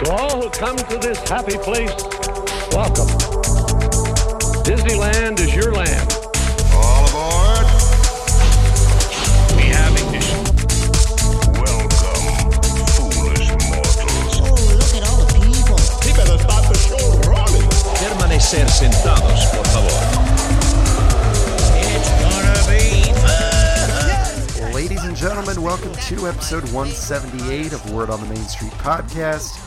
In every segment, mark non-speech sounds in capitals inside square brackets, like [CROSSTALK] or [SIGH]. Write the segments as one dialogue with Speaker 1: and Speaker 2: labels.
Speaker 1: come to this happy place, welcome. Disneyland is your land.
Speaker 2: All aboard.
Speaker 3: We have ignition.
Speaker 2: Welcome, foolish mortals.
Speaker 4: Oh, look at all the people.
Speaker 2: Keep it about the show rolling.
Speaker 3: Permanecer sentados, por favor.
Speaker 5: Ladies and gentlemen, welcome to episode 178 of Word on the Main Street podcast.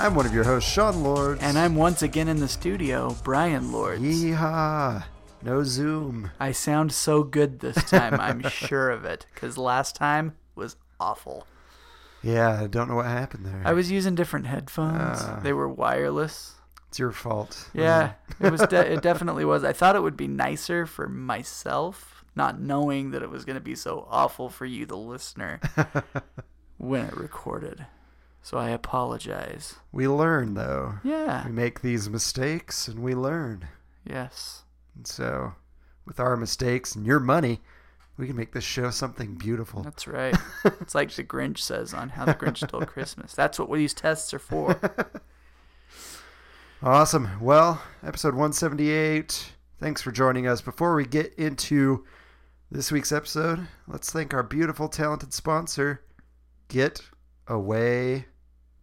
Speaker 5: I'm one of your hosts, Sean Lord.
Speaker 6: And I'm once again in the studio, Brian Lords.
Speaker 5: Yeehaw. No Zoom.
Speaker 6: I sound so good this time, [LAUGHS] I'm sure of it, because last time was awful.
Speaker 5: Yeah, I don't know what happened there.
Speaker 6: I was using different headphones, they were wireless.
Speaker 5: it's your fault.
Speaker 6: Yeah, it Uh. was. De- [LAUGHS] it definitely was. I thought it would be nicer for myself, not knowing that it was going to be so awful for you, the [LAUGHS] listener, when it recorded. So I apologize.
Speaker 5: We learn, though.
Speaker 6: Yeah.
Speaker 5: We make these mistakes and we learn.
Speaker 6: Yes.
Speaker 5: And so, with our mistakes and your money, we can make this show something beautiful.
Speaker 6: That's right. It's like the Grinch says on How the Grinch Stole Christmas. That's what these tests are for.
Speaker 5: Awesome. Well, episode 178. Thanks for joining us. Before we get into this week's episode, let's thank our beautiful, talented sponsor, Get Away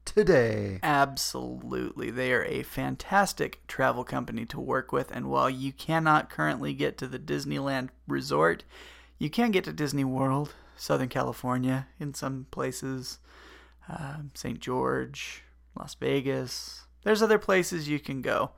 Speaker 5: Today.
Speaker 6: Absolutely. They are a fantastic travel company to work with. And while you cannot currently get to the Disneyland resort, you can get to Disney World, Southern California, in some places, um, St. George, Las Vegas. There's other places you can go.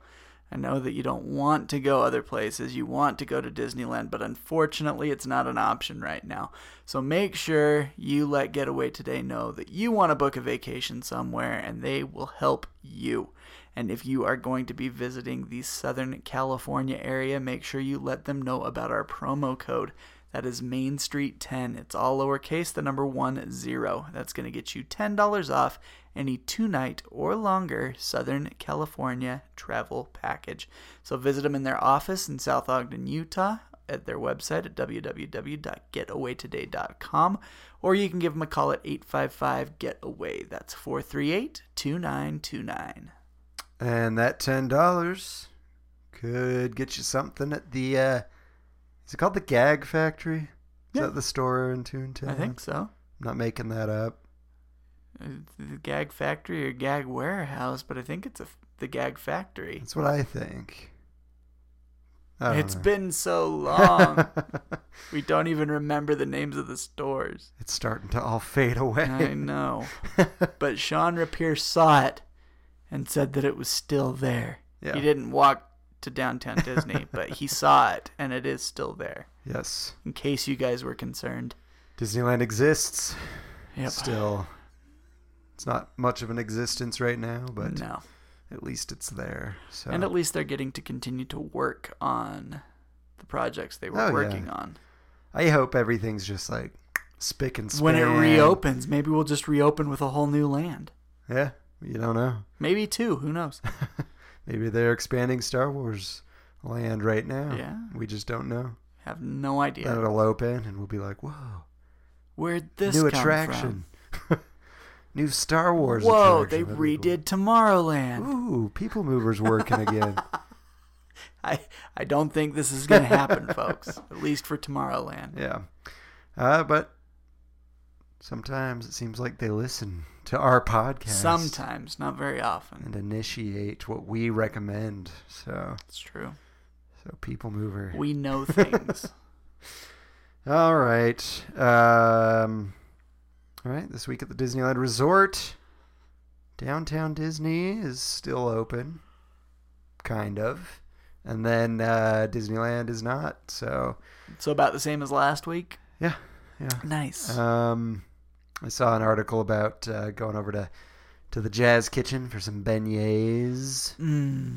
Speaker 6: I know that you don't want to go other places. You want to go to Disneyland, but unfortunately, it's not an option right now. So make sure you let Getaway Today know that you want to book a vacation somewhere and they will help you. And if you are going to be visiting the Southern California area, make sure you let them know about our promo code. That is Main Street 10. It's all lowercase, the number one zero. That's going to get you $10 off any two night or longer Southern California travel package. So visit them in their office in South Ogden, Utah, at their website at www.getawaytoday.com, or you can give them a call at 855 GETAWAY. That's 438 2929.
Speaker 5: And that $10 could get you something at the, uh, is it called the Gag Factory? Is
Speaker 6: Yeah.
Speaker 5: that the store in Toontown?
Speaker 6: I think so.
Speaker 5: I'm not making that up.
Speaker 6: Uh, The Gag Factory or Gag Warehouse, but I think it's a, the Gag Factory.
Speaker 5: That's what I think. I don't
Speaker 6: It's
Speaker 5: know.
Speaker 6: been so long.
Speaker 5: [LAUGHS]
Speaker 6: we don't even remember the names of the stores.
Speaker 5: it's starting to all fade away. [LAUGHS]
Speaker 6: I know. But Sean Rapier saw it and said that it was still there.
Speaker 5: Yeah.
Speaker 6: He didn't walk to downtown Disney,
Speaker 5: [LAUGHS]
Speaker 6: but he saw it and it is still there.
Speaker 5: yes.
Speaker 6: In case you guys were concerned.
Speaker 5: Disneyland exists
Speaker 6: Yep.
Speaker 5: still. It's not much of an existence right now, but
Speaker 6: no.
Speaker 5: at least it's there. So
Speaker 6: And at least they're getting to continue to work on the projects they were
Speaker 5: Oh, yeah.
Speaker 6: working on.
Speaker 5: I hope everything's just like spick and span.
Speaker 6: When it reopens, maybe we'll just reopen with a whole new land.
Speaker 5: Yeah, you don't know.
Speaker 6: Maybe two,
Speaker 5: [LAUGHS]
Speaker 6: who knows?
Speaker 5: Maybe they're expanding Star Wars land right now.
Speaker 6: Yeah.
Speaker 5: We just don't know.
Speaker 6: Have no idea.
Speaker 5: Then it'll open and we'll be like, whoa,
Speaker 6: Where'd this
Speaker 5: new
Speaker 6: come
Speaker 5: attraction. [LAUGHS] new Star
Speaker 6: From?
Speaker 5: Wars
Speaker 6: Whoa,
Speaker 5: attraction.
Speaker 6: they
Speaker 5: That'd be cool.
Speaker 6: redid Tomorrowland.
Speaker 5: Ooh, People Movers working
Speaker 6: [LAUGHS]
Speaker 5: again.
Speaker 6: I I don't think this is going to happen,
Speaker 5: [LAUGHS]
Speaker 6: folks. At least for Tomorrowland.
Speaker 5: Yeah. Uh, but sometimes it seems like they listen to our podcast.
Speaker 6: Sometimes, not very often.
Speaker 5: And initiate what we recommend. So,
Speaker 6: It's true.
Speaker 5: so people mover. [LAUGHS]
Speaker 6: We know things.
Speaker 5: all right. Um, all right. This week at the Disneyland Resort, downtown Disney is still open, kind of. And then uh, Disneyland is not. So,
Speaker 6: so about the same as last week.
Speaker 5: yeah. Yeah.
Speaker 6: Nice.
Speaker 5: Um, I saw an article about uh, going over to to the Jazz Kitchen for some beignets.
Speaker 6: Mm,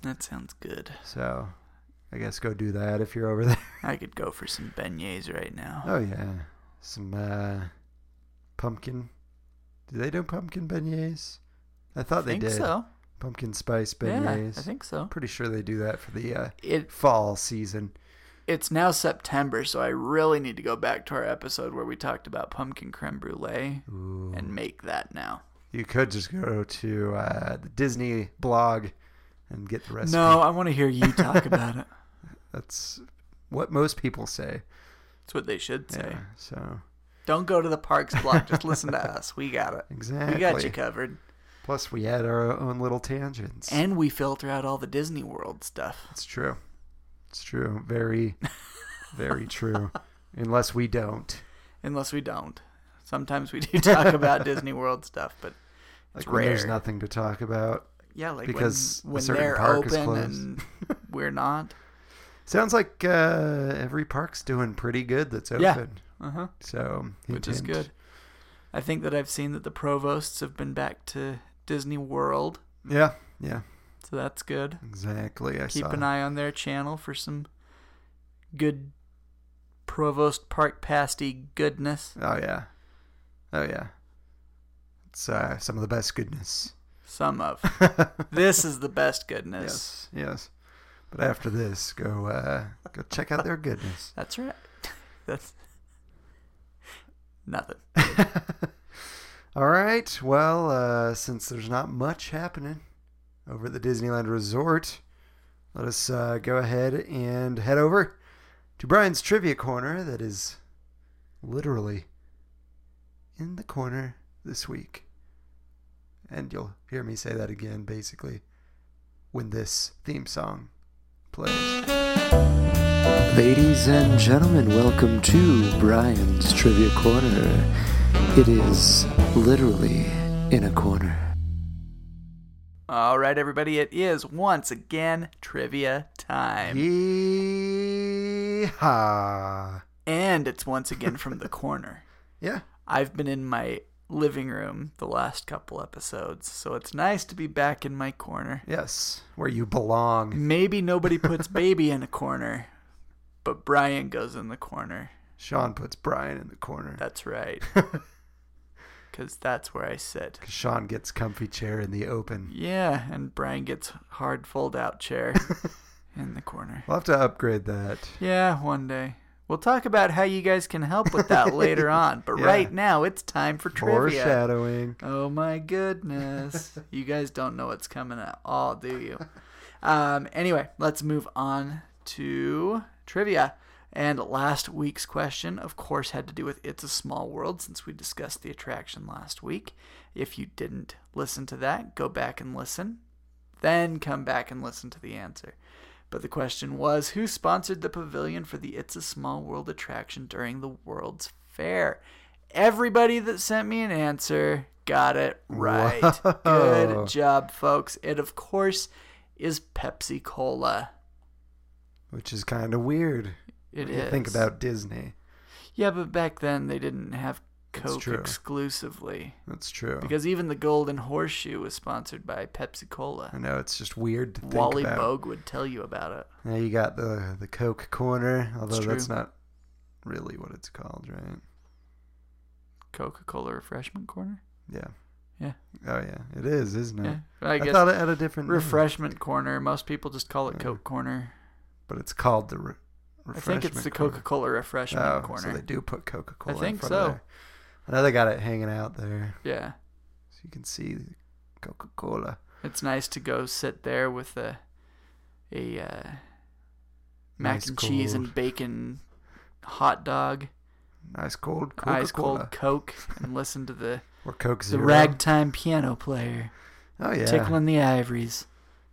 Speaker 6: that sounds good.
Speaker 5: So I guess go do that if you're over there. [LAUGHS]
Speaker 6: I could go for some beignets right now.
Speaker 5: Oh yeah, some uh, pumpkin. Do they do pumpkin beignets? I thought
Speaker 6: think
Speaker 5: they did.
Speaker 6: so.
Speaker 5: Pumpkin spice
Speaker 6: Yeah,
Speaker 5: beignets.
Speaker 6: I think
Speaker 5: am
Speaker 6: so.
Speaker 5: pretty sure they do that for the uh,
Speaker 6: It
Speaker 5: fall season.
Speaker 6: it's now September, so I really need to go back to our episode where we talked about pumpkin creme brulee and make that now.
Speaker 5: You could just go to uh, the Disney blog and get the recipe.
Speaker 6: No, I want to hear you talk
Speaker 5: [LAUGHS]
Speaker 6: about it.
Speaker 5: That's what most people say.
Speaker 6: That's what they should say.
Speaker 5: Yeah, so
Speaker 6: Don't go to the parks block. Just listen to us. We got it.
Speaker 5: exactly.
Speaker 6: We got you covered.
Speaker 5: Plus, we had our own little tangents.
Speaker 6: And we filter out all the Disney World stuff.
Speaker 5: it's true. It's true.
Speaker 6: [LAUGHS]
Speaker 5: Very, very true. Unless we don't.
Speaker 6: Unless we don't. Sometimes we do
Speaker 5: [LAUGHS]
Speaker 6: talk about Disney World stuff, but
Speaker 5: Like
Speaker 6: It's
Speaker 5: when there's
Speaker 6: rare.
Speaker 5: nothing to talk about.
Speaker 6: yeah, like
Speaker 5: Because a
Speaker 6: when, when
Speaker 5: certain
Speaker 6: they're
Speaker 5: park is
Speaker 6: open
Speaker 5: closed.
Speaker 6: and [LAUGHS] we're not.
Speaker 5: Sounds like uh, every park's doing pretty good that's open.
Speaker 6: Yeah. Uh huh.
Speaker 5: So
Speaker 6: Which is
Speaker 5: hint, hint.
Speaker 6: good. I think that I've seen that the provosts have been back to Disney World,
Speaker 5: Yeah. Yeah.
Speaker 6: so that's good.
Speaker 5: Exactly. I
Speaker 6: Keep
Speaker 5: saw.
Speaker 6: an eye on their channel for some good provost park pasty goodness.
Speaker 5: Oh yeah. Oh yeah. It's uh, some of the best
Speaker 6: [LAUGHS]
Speaker 5: goodness.
Speaker 6: Some of.
Speaker 5: [LAUGHS]
Speaker 6: this is the best goodness.
Speaker 5: Yes. But after this, go uh, go check out their goodness.
Speaker 6: That's right. [LAUGHS] That's nothing.
Speaker 5: [LAUGHS] All right. Well, uh, since there's not much happening over at the Disneyland Resort, let us uh, go ahead and head over to Brian's Trivia Corner that is literally in the corner this week. And you'll hear me say that again basically when this theme song plays. Ladies and gentlemen, welcome to Brian's Trivia Corner. It is literally in a corner.
Speaker 6: All right, everybody. It is once again trivia time.
Speaker 5: Yeehaw.
Speaker 6: And it's once again from the corner.
Speaker 5: Yeah.
Speaker 6: I've been in my living room the last couple episodes, so it's nice to be back in my corner.
Speaker 5: Yes. Where you belong.
Speaker 6: Maybe nobody puts baby in a corner, but Brian goes in the corner.
Speaker 5: Sean puts Brian in the corner.
Speaker 6: That's right. Because that's where I sit.
Speaker 5: 'Cause Sean gets comfy chair in the open.
Speaker 6: Yeah, and Brian gets hard fold out chair in the corner.
Speaker 5: We'll have to upgrade that.
Speaker 6: Yeah, one day. We'll talk about how you guys can help with that later on, but
Speaker 5: Yeah.
Speaker 6: right now it's time for trivia.
Speaker 5: Foreshadowing.
Speaker 6: Oh my goodness. you guys don't know what's coming at all, do you? Um, anyway, let's move on to trivia. And last week's question, of course, had to do with It's a Small World since we discussed the attraction last week. If you didn't listen to that, go back and listen. Then come back and listen to the answer. But the question was who sponsored the pavilion for the It's a Small World attraction during the World's Fair? Everybody that sent me an answer got it
Speaker 5: [LAUGHS]
Speaker 6: right.
Speaker 5: Whoa.
Speaker 6: Good job, folks. It, of course, is Pepsi Cola.
Speaker 5: Which is kind of weird.
Speaker 6: It
Speaker 5: You
Speaker 6: is.
Speaker 5: think about Disney.
Speaker 6: Yeah, but back then they didn't have
Speaker 5: That's
Speaker 6: Coke
Speaker 5: true. Oh.
Speaker 6: exclusively.
Speaker 5: That's true.
Speaker 6: Because even the Golden Horseshoe was sponsored by Pepsi
Speaker 5: I
Speaker 6: Cola.
Speaker 5: know it's just weird to think
Speaker 6: Wally
Speaker 5: about.
Speaker 6: Bogue would tell you about it.
Speaker 5: Now you got the the Coke corner, although
Speaker 6: true.
Speaker 5: that's not really what it's called, right?
Speaker 6: Coca Cola Refreshment Corner?
Speaker 5: Yeah.
Speaker 6: Yeah.
Speaker 5: Oh yeah, it is, isn't it?
Speaker 6: Yeah. I
Speaker 5: I,
Speaker 6: guess
Speaker 5: thought it had a different name,
Speaker 6: Refreshment Corner. Most people just call it Coke Corner.
Speaker 5: but it's called the re-
Speaker 6: I
Speaker 5: refreshment.
Speaker 6: think it's the
Speaker 5: corner.
Speaker 6: Coca Cola Refreshment
Speaker 5: oh,
Speaker 6: Corner.
Speaker 5: so they do put Coca Cola.
Speaker 6: I think
Speaker 5: in front Of
Speaker 6: so.
Speaker 5: there. I know they got it hanging out there,
Speaker 6: Yeah.
Speaker 5: so you can see Coca Cola.
Speaker 6: It's nice to go sit there with a a uh, mac
Speaker 5: Nice
Speaker 6: and cheese
Speaker 5: cold-
Speaker 6: and bacon hot dog,
Speaker 5: Nice cold Coca Cola.
Speaker 6: ice cold Coke, and listen to the
Speaker 5: or Coke
Speaker 6: the
Speaker 5: Zero.
Speaker 6: ragtime piano player
Speaker 5: oh yeah.
Speaker 6: tickling the ivories.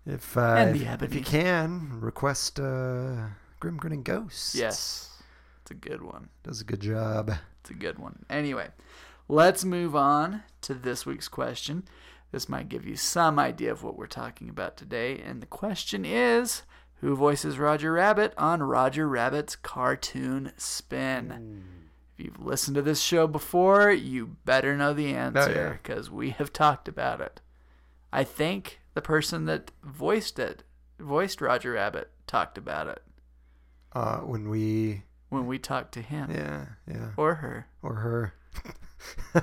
Speaker 5: If uh,
Speaker 6: and the
Speaker 5: if, if you
Speaker 6: ebony.
Speaker 5: can request uh, Grim Grinning Ghosts.
Speaker 6: Yes, it's a good one.
Speaker 5: does a good job.
Speaker 6: It's a good one. Anyway, let's move on to this week's question. This might give you some idea of what we're talking about today. And the question is Who voices Roger Rabbit on Roger Rabbit's cartoon spin?
Speaker 5: Hmm.
Speaker 6: If you've listened to this show before, you better know the
Speaker 5: Oh, yeah.
Speaker 6: answer because we have talked about it. I think the person that voiced it, voiced Roger Rabbit, talked about it
Speaker 5: Uh, when we
Speaker 6: when we talked to him
Speaker 5: yeah yeah
Speaker 6: or her.
Speaker 5: or her. [LAUGHS]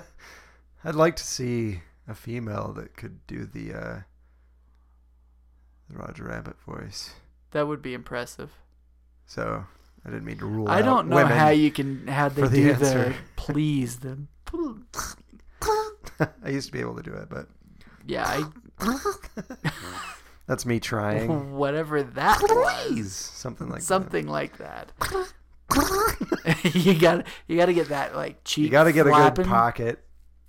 Speaker 5: I'd like to see a female that could do the uh, the Roger Rabbit voice.
Speaker 6: That would be impressive.
Speaker 5: So I didn't mean to rule.
Speaker 6: I
Speaker 5: out
Speaker 6: don't know
Speaker 5: women.
Speaker 6: how you can how they
Speaker 5: for the
Speaker 6: do
Speaker 5: answer.
Speaker 6: the please them.
Speaker 5: [LAUGHS] I used to be able to do it, but [LAUGHS]
Speaker 6: Yeah,
Speaker 5: that's me
Speaker 6: I,
Speaker 5: trying.
Speaker 6: whatever that was.
Speaker 5: Please, something like
Speaker 6: Something like that. [LAUGHS]
Speaker 5: that.
Speaker 6: you got you got to get that like cheek.
Speaker 5: you got to get a
Speaker 6: flapping,
Speaker 5: good pocket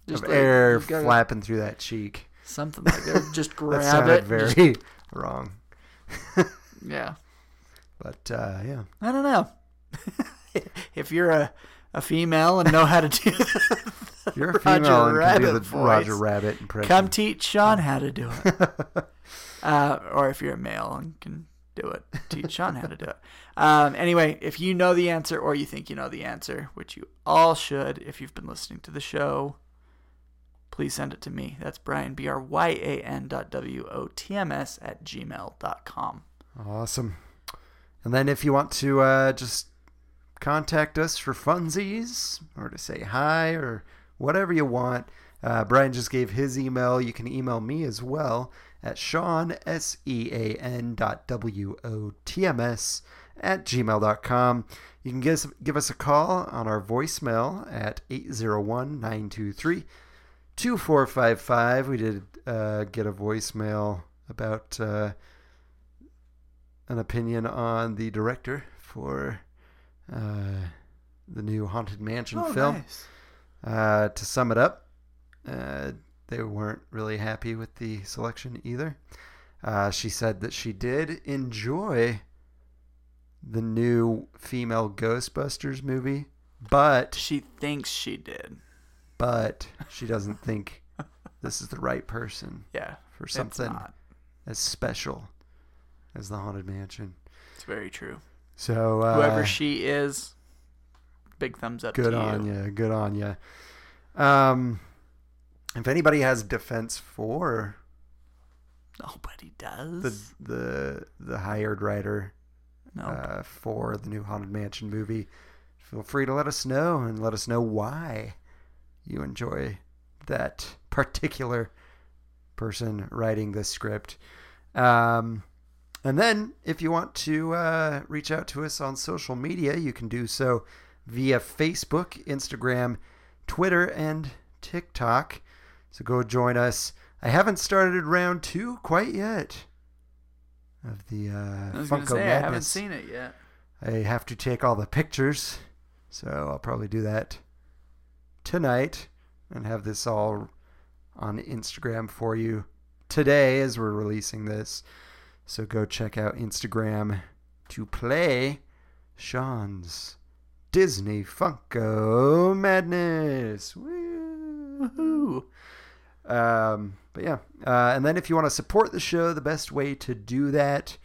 Speaker 6: just
Speaker 5: of
Speaker 6: like-
Speaker 5: air
Speaker 6: you gotta-
Speaker 5: flapping through that cheek.
Speaker 6: Something like that.
Speaker 5: [LAUGHS]
Speaker 6: Just
Speaker 5: That
Speaker 6: grab
Speaker 5: sounded
Speaker 6: it.
Speaker 5: very
Speaker 6: just-
Speaker 5: [LAUGHS] wrong,
Speaker 6: yeah.
Speaker 5: but uh, yeah,
Speaker 6: I don't know. [LAUGHS] if you're a, a female and know how
Speaker 5: [LAUGHS]
Speaker 6: to do
Speaker 5: If you're a
Speaker 6: Roger
Speaker 5: female and can do
Speaker 6: Rabbit
Speaker 5: the Roger
Speaker 6: voice.
Speaker 5: Rabbit impression.
Speaker 6: come teach Sean how to do it.
Speaker 5: [LAUGHS]
Speaker 6: uh, or if you're a male and can do it, teach Sean how to do it. Um, anyway, if you know the answer or you think you know the answer, which you all should if you've been listening to the show, please send it to me. That's Brian, B R Y A N dot W O T M S at gmail dot com.
Speaker 5: Awesome. And then if you want to uh, just contact us for funsies or to say hi or whatever you want, uh, Brian just gave his email. You can email me as well at Sean, S E A N dot W O T M S at gmail.com. You can give us, give us a call on our voicemail at 801 923 2455. We did uh, get a voicemail about. Uh, an opinion on the director for uh, the new Haunted Mansion film.
Speaker 6: Oh, nice.
Speaker 5: Uh, to sum it up, uh, they weren't really happy with the selection either. Uh, she said that she did enjoy the new female Ghostbusters movie, but
Speaker 6: She thinks she did.
Speaker 5: but she doesn't think this is the right person
Speaker 6: Yeah.
Speaker 5: for
Speaker 6: it's
Speaker 5: something
Speaker 6: not.
Speaker 5: as special as the Haunted Mansion.
Speaker 6: It's very true.
Speaker 5: So uh,
Speaker 6: whoever she is. Big thumbs up
Speaker 5: Good
Speaker 6: to
Speaker 5: on
Speaker 6: you.
Speaker 5: ya, Good on ya. Um, if anybody has defense for
Speaker 6: Nobody does.
Speaker 5: the the the hired writer
Speaker 6: no,
Speaker 5: uh, for the new Haunted Mansion movie, feel free to let us know and let us know why you enjoy that [LAUGHS] particular person writing this script. Um, and then, if you want to uh, reach out to us on social media, you can do so via Facebook, Instagram, Twitter, and TikTok. So go join us. I haven't started round two quite yet of the uh,
Speaker 6: I was gonna
Speaker 5: Funko
Speaker 6: say I haven't
Speaker 5: Madness.
Speaker 6: seen it yet.
Speaker 5: I have to take all the pictures, so I'll probably do that tonight and have this all on Instagram for you today as we're releasing this. So go check out Instagram to play Sean's Disney Funko Madness. Woo! Um, but yeah, uh, and then if you want to support the show, the best way to do that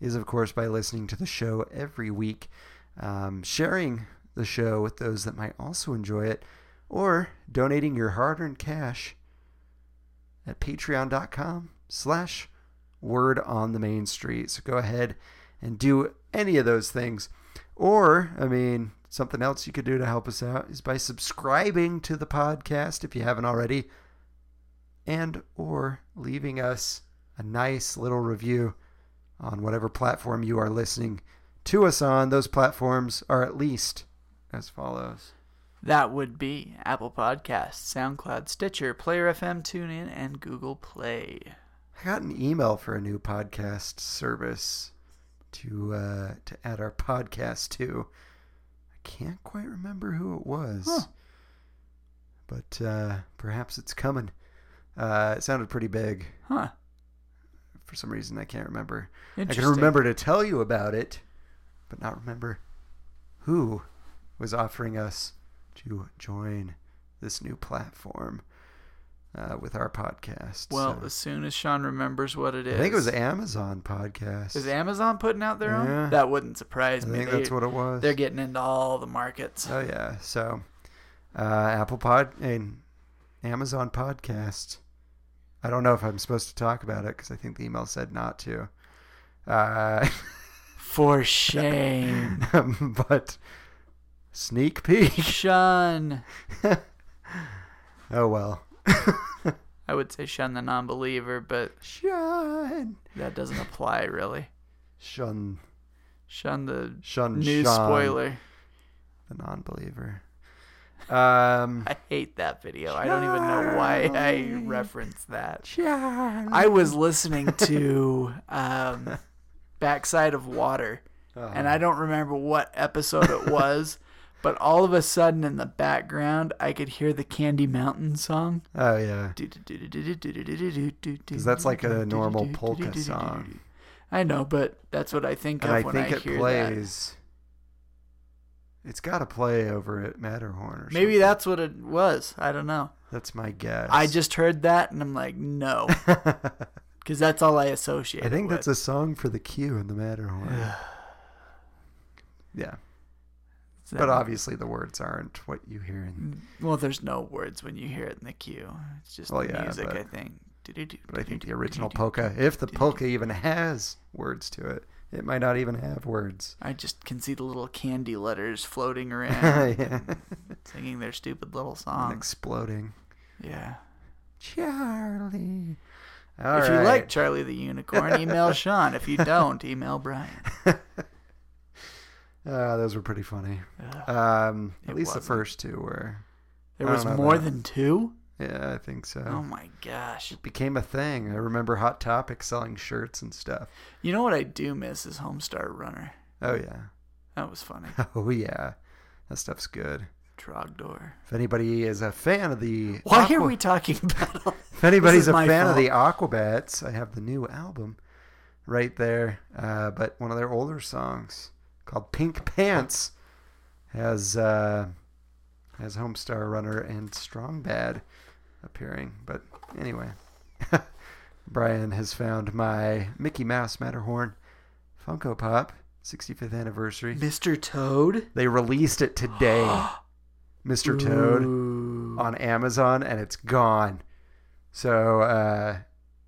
Speaker 5: is, of course, by listening to the show every week, um, sharing the show with those that might also enjoy it, or donating your hard-earned cash at patreon.com slash word on the main street. So go ahead and do any of those things. Or, I mean, something else you could do to help us out is by subscribing to the podcast if you haven't already and or leaving us a nice little review on whatever platform you are listening to us on. Those platforms are at least as follows.
Speaker 6: That would be Apple Podcasts, SoundCloud, Stitcher, Player FM, TuneIn, and Google Play.
Speaker 5: I got an email for a new podcast service to uh, to add our podcast to. I can't quite remember who it was,
Speaker 6: Huh.
Speaker 5: but uh, perhaps it's coming. Uh, it sounded pretty big.
Speaker 6: Huh.
Speaker 5: For some reason, I can't remember. I
Speaker 6: Interesting.
Speaker 5: can remember to tell you about it, but not remember who was offering us to join this new platform uh, with our podcast.
Speaker 6: Well,
Speaker 5: So-
Speaker 6: as soon as Sean remembers what it
Speaker 5: I
Speaker 6: is,
Speaker 5: think it was Amazon podcast.
Speaker 6: Is Amazon putting out their
Speaker 5: Yeah.
Speaker 6: own? That wouldn't surprise
Speaker 5: I
Speaker 6: me.
Speaker 5: think
Speaker 6: They-
Speaker 5: that's what it was.
Speaker 6: They're getting into all the markets.
Speaker 5: Oh yeah, so uh, Apple Pod and Amazon Podcast. I don't know if I'm supposed to talk about it because I think the email said not to. Uh, [LAUGHS]
Speaker 6: For shame,
Speaker 5: but sneak peek.
Speaker 6: Sean.
Speaker 5: Oh well.
Speaker 6: I would say Sean the non-believer, but
Speaker 5: Shun.
Speaker 6: that doesn't apply really.
Speaker 5: Shun.
Speaker 6: Shun the
Speaker 5: Shun.
Speaker 6: news
Speaker 5: Sean,
Speaker 6: spoiler.
Speaker 5: The non-believer. Um,
Speaker 6: I hate that video. I don't even know why I referenced that.
Speaker 5: John.
Speaker 6: I was listening to um, Backside of Water, and I don't remember what episode it was, [LAUGHS] but all of a sudden in the background, I could hear the Candy Mountain song.
Speaker 5: Oh yeah.
Speaker 6: Because
Speaker 5: that's like a normal polka song.
Speaker 6: I know, but that's what I think
Speaker 5: And
Speaker 6: of
Speaker 5: I
Speaker 6: when
Speaker 5: think
Speaker 6: I
Speaker 5: it
Speaker 6: hear that.
Speaker 5: plays. It's got to play over at Matterhorn or
Speaker 6: Maybe
Speaker 5: something.
Speaker 6: that's what it was. I don't know.
Speaker 5: That's my guess. [LAUGHS]
Speaker 6: I just heard that and I'm like, no,
Speaker 5: I
Speaker 6: because that's all I associate.
Speaker 5: think
Speaker 6: it with.
Speaker 5: that's a song for the Q in the
Speaker 6: [SIGHS]
Speaker 5: Matterhorn. yeah,
Speaker 6: Is
Speaker 5: but
Speaker 6: that-
Speaker 5: obviously the words aren't what you hear in.
Speaker 6: Well, there's no words when you hear it in the cue. It's just
Speaker 5: Well,
Speaker 6: the
Speaker 5: yeah,
Speaker 6: music,
Speaker 5: but-
Speaker 6: I think. Do-do-do,
Speaker 5: But I think the
Speaker 6: do-do-do,
Speaker 5: original
Speaker 6: do-do-do.
Speaker 5: polka, if the polka even has words to it, it might not even have words. [LAUGHS]
Speaker 6: I just can see the little candy letters floating around,
Speaker 5: yeah.
Speaker 6: singing their stupid little
Speaker 5: And
Speaker 6: songs.
Speaker 5: Exploding,
Speaker 6: Yeah.
Speaker 5: Charlie. All
Speaker 6: if you like
Speaker 5: [LAUGHS] right.
Speaker 6: Charlie the
Speaker 5: [LAUGHS]
Speaker 6: Unicorn, email Sean. If you don't, email Brian.
Speaker 5: Uh, those were pretty funny.
Speaker 6: Ugh.
Speaker 5: Um, at
Speaker 6: It
Speaker 5: least the
Speaker 6: wasn't.
Speaker 5: first two were.
Speaker 6: There
Speaker 5: I
Speaker 6: was
Speaker 5: don't know
Speaker 6: more
Speaker 5: that.
Speaker 6: than two?
Speaker 5: Yeah, I think so.
Speaker 6: Oh my gosh.
Speaker 5: Became a thing. I remember Hot Topic selling shirts and stuff.
Speaker 6: You know what I do miss is Homestar Runner.
Speaker 5: Oh yeah. [LAUGHS]
Speaker 6: That was funny.
Speaker 5: Oh yeah. That stuff's good.
Speaker 6: Trogdor.
Speaker 5: If anybody is a fan of the
Speaker 6: Why
Speaker 5: Aqua-
Speaker 6: are we talking [LAUGHS] about
Speaker 5: If anybody's
Speaker 6: is
Speaker 5: a
Speaker 6: my
Speaker 5: fan of the Aquabats, I have the new album right there. Uh, but one of their older songs called Pink Pants has uh, has Homestar Runner and Strong Bad appearing. But anyway, [LAUGHS] Brian has found my Mickey Mouse Matterhorn Funko Pop 65th anniversary.
Speaker 6: Mr. Toad?
Speaker 5: They released it today, [GASPS] Mr. Toad
Speaker 6: Ooh.
Speaker 5: on Amazon and it's gone. So uh,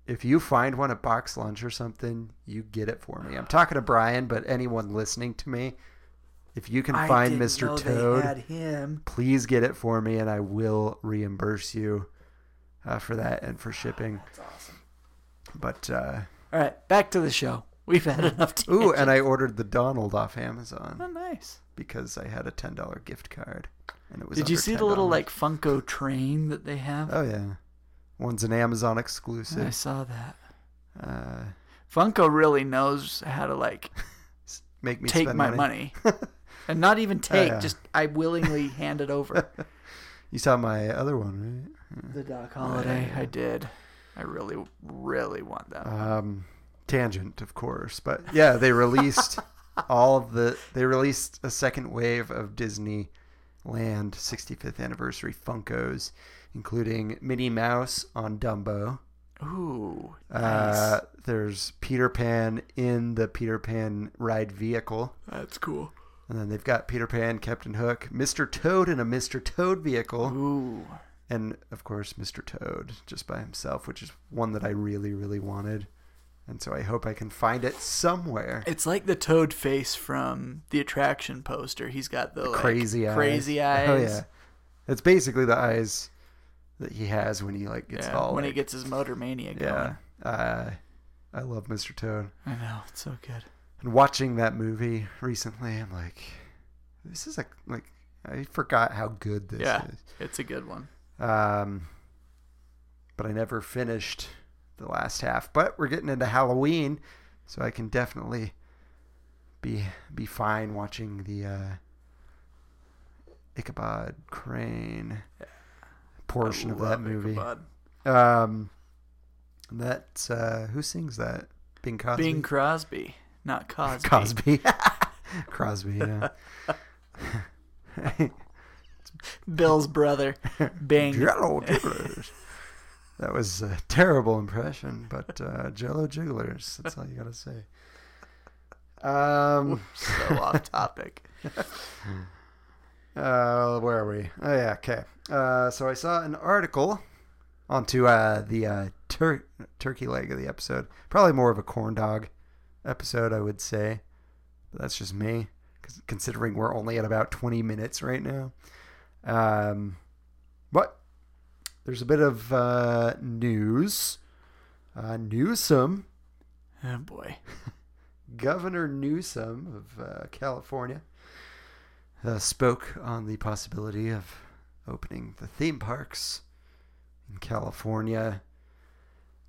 Speaker 5: if you find one at box lunch or something, you get it for me. I'm talking to Brian, but anyone listening to me, if you can
Speaker 6: I
Speaker 5: find
Speaker 6: didn't
Speaker 5: Mr.
Speaker 6: know they
Speaker 5: Toad,
Speaker 6: had him.
Speaker 5: please get it for me and I will reimburse you uh, for that and for shipping.
Speaker 6: That's awesome.
Speaker 5: But uh,
Speaker 6: All right, back to the show.
Speaker 5: [LAUGHS]
Speaker 6: We've had enough to
Speaker 5: ooh, and I ordered the Donald off
Speaker 6: Oh,
Speaker 5: Amazon
Speaker 6: nice.
Speaker 5: because I had a ten dollar gift card and it was.
Speaker 6: Did you
Speaker 5: under
Speaker 6: see the little
Speaker 5: $10.
Speaker 6: like Funko train that they have?
Speaker 5: Oh yeah, one's an Amazon
Speaker 6: I
Speaker 5: exclusive.
Speaker 6: saw that.
Speaker 5: Uh,
Speaker 6: Funko really knows how to
Speaker 5: [LAUGHS]
Speaker 6: like
Speaker 5: make me
Speaker 6: take
Speaker 5: spend Oh,
Speaker 6: my money. and not even take,
Speaker 5: yeah.
Speaker 6: just I willingly hand it
Speaker 5: [LAUGHS]
Speaker 6: over.
Speaker 5: [LAUGHS] You saw my other one,
Speaker 6: the Doc Holiday. I did. I really, really want that.
Speaker 5: right? Um, tangent, of course, but yeah, they
Speaker 6: [LAUGHS]
Speaker 5: released all of the. They released a second wave of Disneyland 65th anniversary Funkos, including Minnie Mouse on Dumbo.
Speaker 6: Ooh, nice.
Speaker 5: Uh, there's Peter Pan in the Peter Pan ride vehicle.
Speaker 6: That's cool.
Speaker 5: And then they've got Peter Pan, Captain Hook, Mr. Toad in a Mr. Toad vehicle.
Speaker 6: Ooh,
Speaker 5: and of course Mr. Toad just by himself, which is one that I really, really wanted. And so I hope I can find it somewhere.
Speaker 6: it's like the Toad face from the attraction poster. He's got the, like,
Speaker 5: crazy eyes.
Speaker 6: crazy eyes.
Speaker 5: [LAUGHS] Oh yeah. It's basically the eyes that he has when he like gets
Speaker 6: Yeah,
Speaker 5: all
Speaker 6: when he
Speaker 5: like-
Speaker 6: gets his motor mania going.
Speaker 5: yeah. Uh, I love Mr. Toad.
Speaker 6: I know it's so good.
Speaker 5: And watching that movie recently, I'm like, this is a like I forgot how good this
Speaker 6: yeah,
Speaker 5: is.
Speaker 6: it's a good one.
Speaker 5: Um, but I never finished the last half. But we're getting into Halloween, so I can definitely be be fine watching the uh, Ichabod Crane portion of that
Speaker 6: Love
Speaker 5: movie.
Speaker 6: Ichabod.
Speaker 5: Um, that's uh, who sings that? Bing Crosby.
Speaker 6: Bing Crosby, not Cosby.
Speaker 5: Crosby. [LAUGHS] Crosby. Yeah.
Speaker 6: [LAUGHS] Bill's brother. Bing.
Speaker 5: Jello Jigglers. that was a terrible impression, but uh, Jello Jigglers. That's all you gotta say. Um,
Speaker 6: so
Speaker 5: [LAUGHS]
Speaker 6: off topic.
Speaker 5: uh, where are we? Oh yeah, okay. Uh, so I saw an article onto uh, the uh, tur- turkey leg of the episode. Probably more of a corn dog episode, I would say. But that's just me, 'cause- considering we're only at about 20 minutes right now. Um, but there's a bit of uh, news. Uh, Newsom,
Speaker 6: Oh boy.
Speaker 5: Governor Newsom of uh, California, uh, spoke on the possibility of opening the theme parks in California.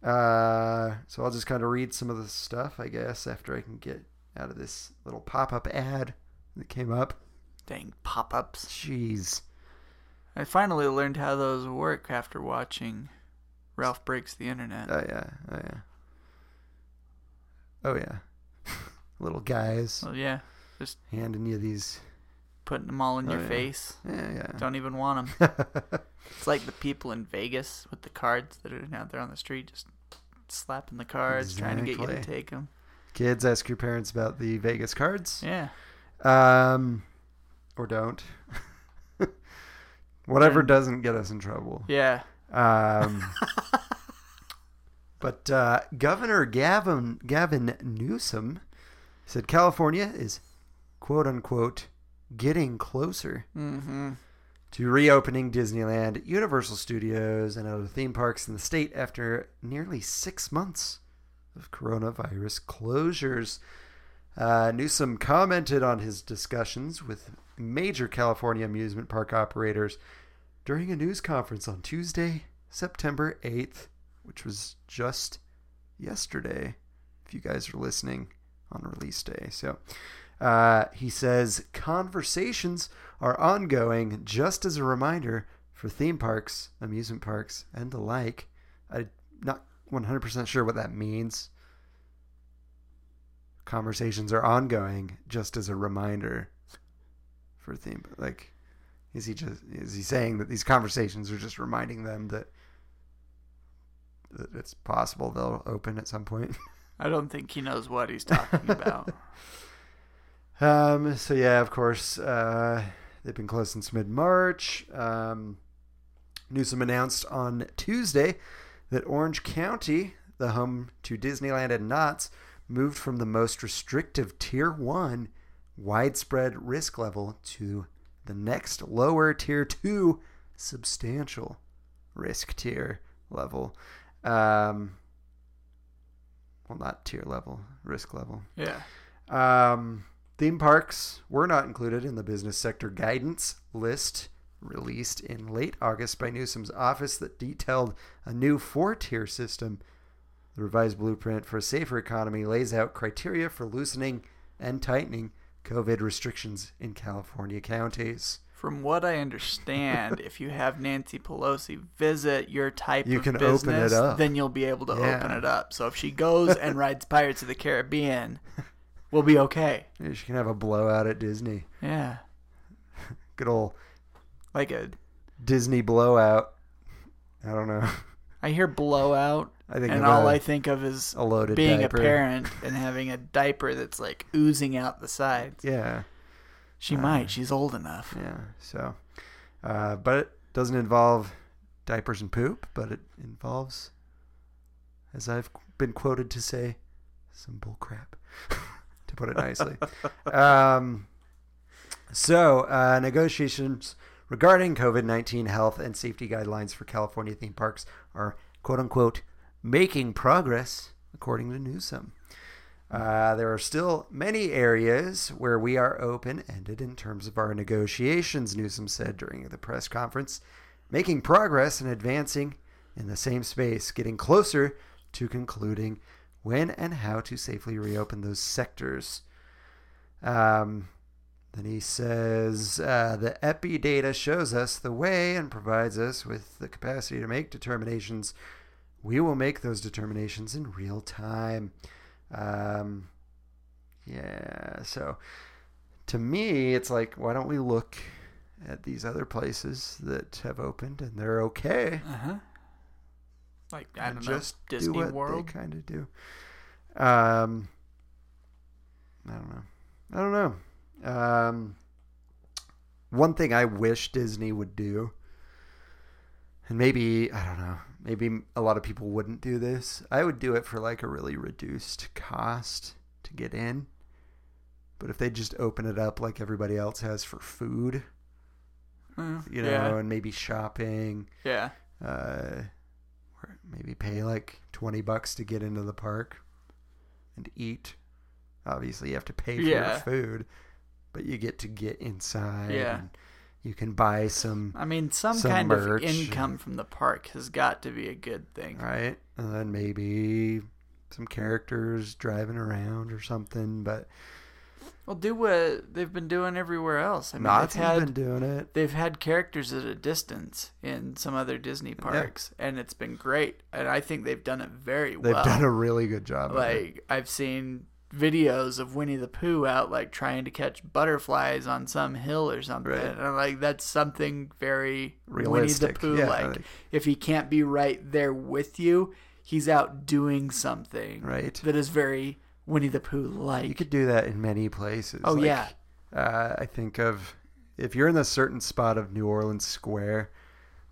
Speaker 5: Uh, so I'll just kind of read some of the stuff, I guess, after I can get out of this little pop up ad that came up.
Speaker 6: Dang pop ups.
Speaker 5: Jeez.
Speaker 6: I finally learned how those work after watching Ralph Breaks the Internet.
Speaker 5: Oh, yeah. Oh, yeah. Oh, yeah. [LAUGHS] little guys
Speaker 6: Well, yeah, just
Speaker 5: handing you these.
Speaker 6: putting them all in your
Speaker 5: Oh, yeah.
Speaker 6: face.
Speaker 5: Yeah, yeah.
Speaker 6: Don't even want
Speaker 5: [LAUGHS]
Speaker 6: them. It's like the people in Vegas with the cards that are out there on the street, just slapping the cards, trying to get you to
Speaker 5: Exactly.
Speaker 6: take them.
Speaker 5: Kids, ask your parents about the Vegas cards.
Speaker 6: Yeah.
Speaker 5: Um, or don't. [LAUGHS] Whatever
Speaker 6: Then-
Speaker 5: doesn't get us in trouble.
Speaker 6: Yeah.
Speaker 5: Um, but uh, Governor Gavin Gavin Newsom said California is quote unquote getting closer
Speaker 6: Mm-hmm.
Speaker 5: to reopening Disneyland, Universal Studios, and other theme parks in the state after nearly six months of coronavirus closures. Uh, Newsom commented on his discussions with major California amusement park operators during a news conference on Tuesday, September 8th, which was just yesterday, if you guys are listening on release day. So uh, he says conversations are ongoing, just as a reminder for theme parks, amusement parks, and the like. I'm not 100% sure what that means. Conversations are ongoing, just as a reminder for theme like is he just is he saying that these conversations are just reminding them that that it's possible they'll open at some point
Speaker 6: I don't think he knows what he's
Speaker 5: [LAUGHS]
Speaker 6: talking about.
Speaker 5: Um, so yeah, of course, uh, they've been closed since mid-March. Um, Newsom announced on Tuesday that Orange County, the home to Disneyland and Knott's, moved from the most restrictive Tier One widespread risk level to the next lower Tier Two substantial risk tier level. Um, well, not tier level, risk level.
Speaker 6: yeah.
Speaker 5: Um, theme parks were not included in the business sector guidance list released in late August by Newsom's office that detailed a new four tier system. The revised blueprint for a safer economy lays out criteria for loosening and tightening COVID restrictions in California counties.
Speaker 6: From what I understand, if you have Nancy Pelosi visit your type
Speaker 5: You
Speaker 6: of
Speaker 5: can open it
Speaker 6: business,
Speaker 5: up.
Speaker 6: then you'll be able to
Speaker 5: Yeah.
Speaker 6: open it up. So if she
Speaker 5: [LAUGHS]
Speaker 6: goes and rides Pirates of the Caribbean, we'll be okay.
Speaker 5: Maybe She can have a blowout at Disney.
Speaker 6: Yeah.
Speaker 5: Good old
Speaker 6: Like a
Speaker 5: Disney blowout. I don't know. [LAUGHS]
Speaker 6: I hear blowout
Speaker 5: I think
Speaker 6: and
Speaker 5: of
Speaker 6: all
Speaker 5: a-
Speaker 6: I think of is
Speaker 5: a loaded
Speaker 6: being
Speaker 5: diaper.
Speaker 6: a parent and having a diaper that's like oozing out the sides.
Speaker 5: Yeah.
Speaker 6: She might. She's old enough.
Speaker 5: Yeah. So, uh, but it doesn't involve diapers and poop, but it involves, as I've been quoted to say, some bull crap, [LAUGHS] to put it nicely. um, so, uh, negotiations regarding COVID 19 health and safety guidelines for California theme parks are, quote unquote, making progress, according to Newsom. Uh, there are still many areas where we are open ended in terms of our negotiations, Newsom said during the press conference, making progress and advancing in the same space, getting closer to concluding when and how to safely reopen those sectors. Um, then he says uh, the EPI data shows us the way and provides us with the capacity to make determinations. We will make those determinations in real time. Um, yeah, so to me, it's like, why don't we look at these other places that have opened and they're okay?
Speaker 6: Uh huh. Like I
Speaker 5: and
Speaker 6: don't
Speaker 5: just
Speaker 6: know Disney
Speaker 5: do what
Speaker 6: World.
Speaker 5: they kind of do. Um, I don't know. I don't know. Um, one thing I wish Disney would do, and maybe I don't know, maybe a lot of people wouldn't do this. I would do it for like a really reduced cost to get in. But if they just open it up like everybody else has for food,
Speaker 6: Mm,
Speaker 5: you know,
Speaker 6: yeah.
Speaker 5: and maybe shopping,
Speaker 6: Yeah.
Speaker 5: uh, or maybe pay like 20 bucks to get into the park and eat. Obviously, you have to pay for
Speaker 6: Yeah.
Speaker 5: your food, but you get to get inside
Speaker 6: Yeah.
Speaker 5: and You can buy some,
Speaker 6: I mean, some,
Speaker 5: Some
Speaker 6: kind
Speaker 5: merch.
Speaker 6: of income from the park has got to be a good thing.
Speaker 5: right? And then maybe some characters driving around or something. But
Speaker 6: Well, do what they've been doing everywhere else. I mean,
Speaker 5: Knott's
Speaker 6: they've
Speaker 5: has
Speaker 6: had
Speaker 5: been doing it.
Speaker 6: [LAUGHS] they've had characters at a distance in some other Disney parks, and it's been great. And I think they've done it very
Speaker 5: They've
Speaker 6: well.
Speaker 5: done a really good job. of it.
Speaker 6: like I've seen videos of Winnie the Pooh out like trying to catch butterflies on some hill or something.
Speaker 5: Right.
Speaker 6: And I'm like, that's something very
Speaker 5: Realistic,
Speaker 6: Winnie the Pooh
Speaker 5: yeah,
Speaker 6: like.
Speaker 5: like-
Speaker 6: If he can't be right there with you, he's out doing something
Speaker 5: Right.
Speaker 6: that is very Winnie the Pooh like.
Speaker 5: you could do that in many places.
Speaker 6: Oh,
Speaker 5: Like,
Speaker 6: yeah.
Speaker 5: uh, I think of if you're in a certain spot of New Orleans Square,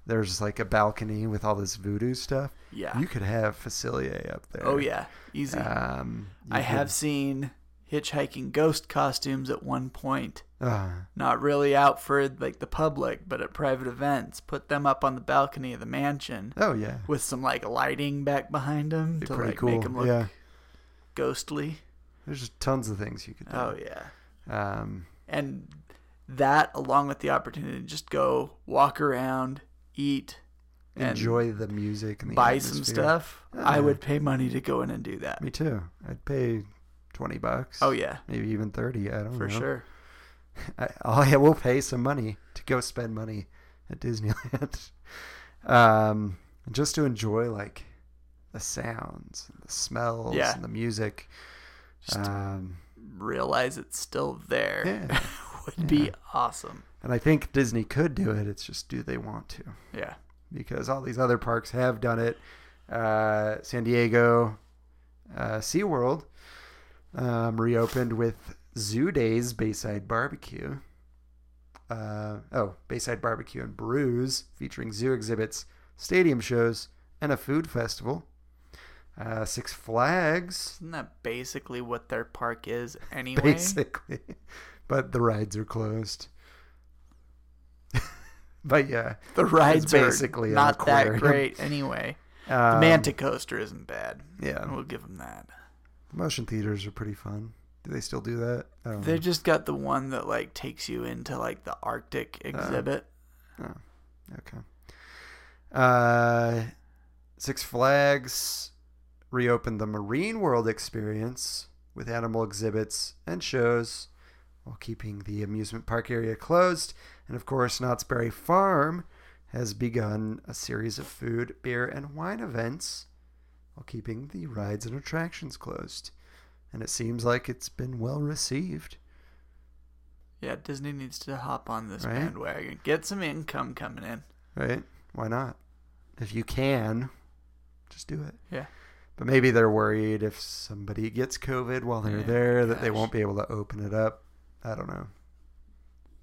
Speaker 5: there's like a balcony with all this voodoo stuff.
Speaker 6: Yeah.
Speaker 5: you could have Facilier up there.
Speaker 6: oh yeah. Easy.
Speaker 5: Um, you
Speaker 6: I
Speaker 5: could-
Speaker 6: have seen hitchhiking ghost costumes at one point.
Speaker 5: Ah,
Speaker 6: Not really out for like the public, but at private events. Put them up on the balcony of the mansion.
Speaker 5: oh yeah,
Speaker 6: with some like lighting back behind him
Speaker 5: Be
Speaker 6: to
Speaker 5: pretty
Speaker 6: like
Speaker 5: cool.
Speaker 6: make him look
Speaker 5: yeah,
Speaker 6: ghostly.
Speaker 5: there's just tons of things you could do.
Speaker 6: Oh yeah,
Speaker 5: Um,
Speaker 6: and that along with the opportunity to just go walk around, eat, and
Speaker 5: enjoy the music and the
Speaker 6: buy some
Speaker 5: atmosphere.
Speaker 6: stuff. I
Speaker 5: Yeah.
Speaker 6: would pay money to go in and do that.
Speaker 5: Me too. I'd pay twenty bucks.
Speaker 6: Oh yeah,
Speaker 5: maybe even thirty. I don't
Speaker 6: for
Speaker 5: know.
Speaker 6: sure.
Speaker 5: I, [LAUGHS] oh yeah, we'll pay some money to go spend money at Disneyland, [LAUGHS] um, just to enjoy like the sounds, and the smells,
Speaker 6: Yeah.
Speaker 5: and the music. Um,
Speaker 6: Realize it's still there
Speaker 5: Yeah.
Speaker 6: [LAUGHS] would be awesome.
Speaker 5: and I think Disney could do it. It's just do they want to?
Speaker 6: Yeah,
Speaker 5: Because all these other parks have done it. Uh, San Diego, uh, SeaWorld um, reopened with Zoo Days Bayside Barbecue. Uh, oh, Bayside Barbecue and Brews featuring zoo exhibits, stadium shows, and a food festival. Uh, Six Flags,
Speaker 6: isn't that basically what their park is anyway?
Speaker 5: basically. [LAUGHS] But the rides are closed. [LAUGHS] but yeah.
Speaker 6: The rides are
Speaker 5: basically an
Speaker 6: not that
Speaker 5: aquarium.
Speaker 6: great anyway. The
Speaker 5: um,
Speaker 6: Mantic Coaster isn't bad.
Speaker 5: Yeah.
Speaker 6: We'll give them that.
Speaker 5: Mm-hmm. Motion theaters are pretty fun. Do they still do that? I don't
Speaker 6: They
Speaker 5: know.
Speaker 6: just got the one that like takes you into like the Arctic
Speaker 5: Uh.
Speaker 6: exhibit.
Speaker 5: Okay. Uh, Six Flags reopened the Marine World experience with animal exhibits and shows while keeping the amusement park area closed. And of course, Knott's Berry Farm has begun a series of food, beer, and wine events while keeping the rides and attractions closed. And it seems like it's been well received.
Speaker 6: yeah, Disney needs to hop on this
Speaker 5: Right.
Speaker 6: bandwagon. Get some income coming in.
Speaker 5: right? Why not? If you can, just do it.
Speaker 6: Yeah.
Speaker 5: But maybe they're worried if somebody gets COVID while they're
Speaker 6: Yeah,
Speaker 5: there that they
Speaker 6: gosh.
Speaker 5: won't be able to open it up. I don't know.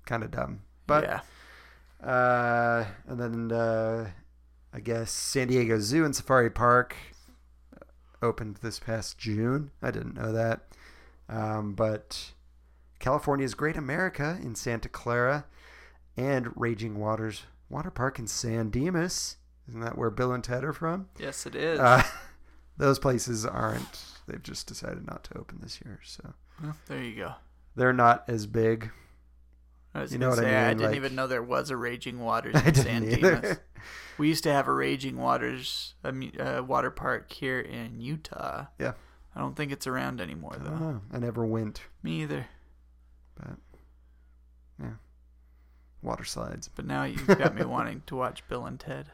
Speaker 5: Kind of dumb. But
Speaker 6: yeah.
Speaker 5: uh, and then uh, I guess San Diego Zoo and Safari Park opened this past June. I didn't know that. Um, but California's Great America in Santa Clara and Raging Waters Water Park in San Dimas. Isn't that where Bill and Ted are from?
Speaker 6: Yes it is.
Speaker 5: Uh, [LAUGHS] those places aren't. They've just decided not to open this year. So
Speaker 6: Well, there you go.
Speaker 5: they're not as big.
Speaker 6: I was
Speaker 5: You
Speaker 6: gonna
Speaker 5: know what I
Speaker 6: say,
Speaker 5: mean,
Speaker 6: didn't
Speaker 5: like-
Speaker 6: even know there was a Raging
Speaker 5: [LAUGHS]
Speaker 6: Waters
Speaker 5: I
Speaker 6: in
Speaker 5: didn't
Speaker 6: San Dimas.
Speaker 5: either.
Speaker 6: We used to have a Raging Waters um, uh, water park here in Utah.
Speaker 5: [LAUGHS] Yeah.
Speaker 6: I don't think it's around anymore
Speaker 5: I
Speaker 6: though.
Speaker 5: don't know. I never went,
Speaker 6: Me either.
Speaker 5: but yeah. Water slides.
Speaker 6: But now you've got me [LAUGHS] wanting to watch Bill and Ted.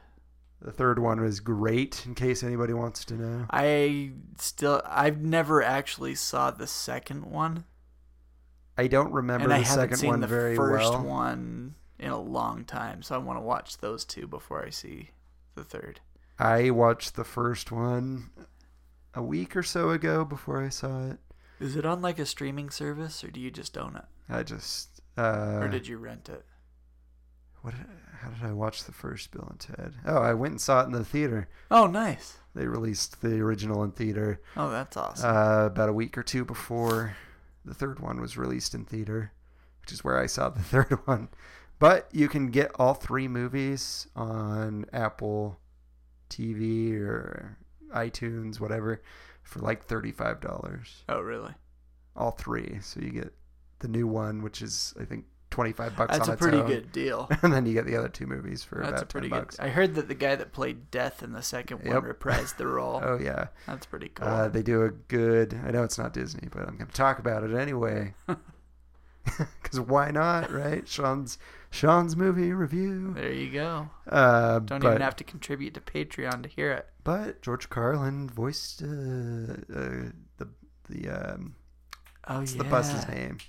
Speaker 5: The third one was great, in case anybody wants to know.
Speaker 6: I still I've never actually saw the second one.
Speaker 5: I don't remember
Speaker 6: and I
Speaker 5: the
Speaker 6: haven't
Speaker 5: second
Speaker 6: seen
Speaker 5: one
Speaker 6: the
Speaker 5: very
Speaker 6: first
Speaker 5: well.
Speaker 6: one in a long time, so I want to watch those two before I see the third.
Speaker 5: I watched the first one a week or so ago before I saw it.
Speaker 6: Is it on like a streaming service, or do you just own it,
Speaker 5: I just uh,
Speaker 6: or did you rent it?
Speaker 5: what? How did I watch the first Bill and Ted? Oh, I went and saw it in the theater.
Speaker 6: Oh, nice.
Speaker 5: They released the original in theater
Speaker 6: Oh, that's awesome.
Speaker 5: uh, about a week or two before the third one was released in theater, which is where I saw the [LAUGHS] third one. But you can get all three movies on Apple TV or iTunes, whatever, for like thirty-five dollars.
Speaker 6: oh, really?
Speaker 5: All three, so you get the new one, which is I think 25 bucks
Speaker 6: That's
Speaker 5: on
Speaker 6: a
Speaker 5: its
Speaker 6: pretty
Speaker 5: own.
Speaker 6: good deal.
Speaker 5: [LAUGHS] and then you get the other two movies for
Speaker 6: That's a
Speaker 5: about
Speaker 6: pretty
Speaker 5: 10
Speaker 6: good.
Speaker 5: bucks.
Speaker 6: I heard that the guy that played Death in the second
Speaker 5: Yep.
Speaker 6: one reprised the role.
Speaker 5: [LAUGHS] Oh yeah.
Speaker 6: That's pretty cool.
Speaker 5: Uh, they do a good. I know it's not Disney, but I'm going to talk about it anyway.
Speaker 6: [LAUGHS]
Speaker 5: [LAUGHS] Because why not, right? Sean's Sean's movie review.
Speaker 6: there you go.
Speaker 5: Uh,
Speaker 6: Don't
Speaker 5: but,
Speaker 6: even have to contribute to Patreon to hear it.
Speaker 5: But George Carlin voiced uh, uh, the the um,
Speaker 6: Oh
Speaker 5: what's
Speaker 6: yeah.
Speaker 5: the bus's name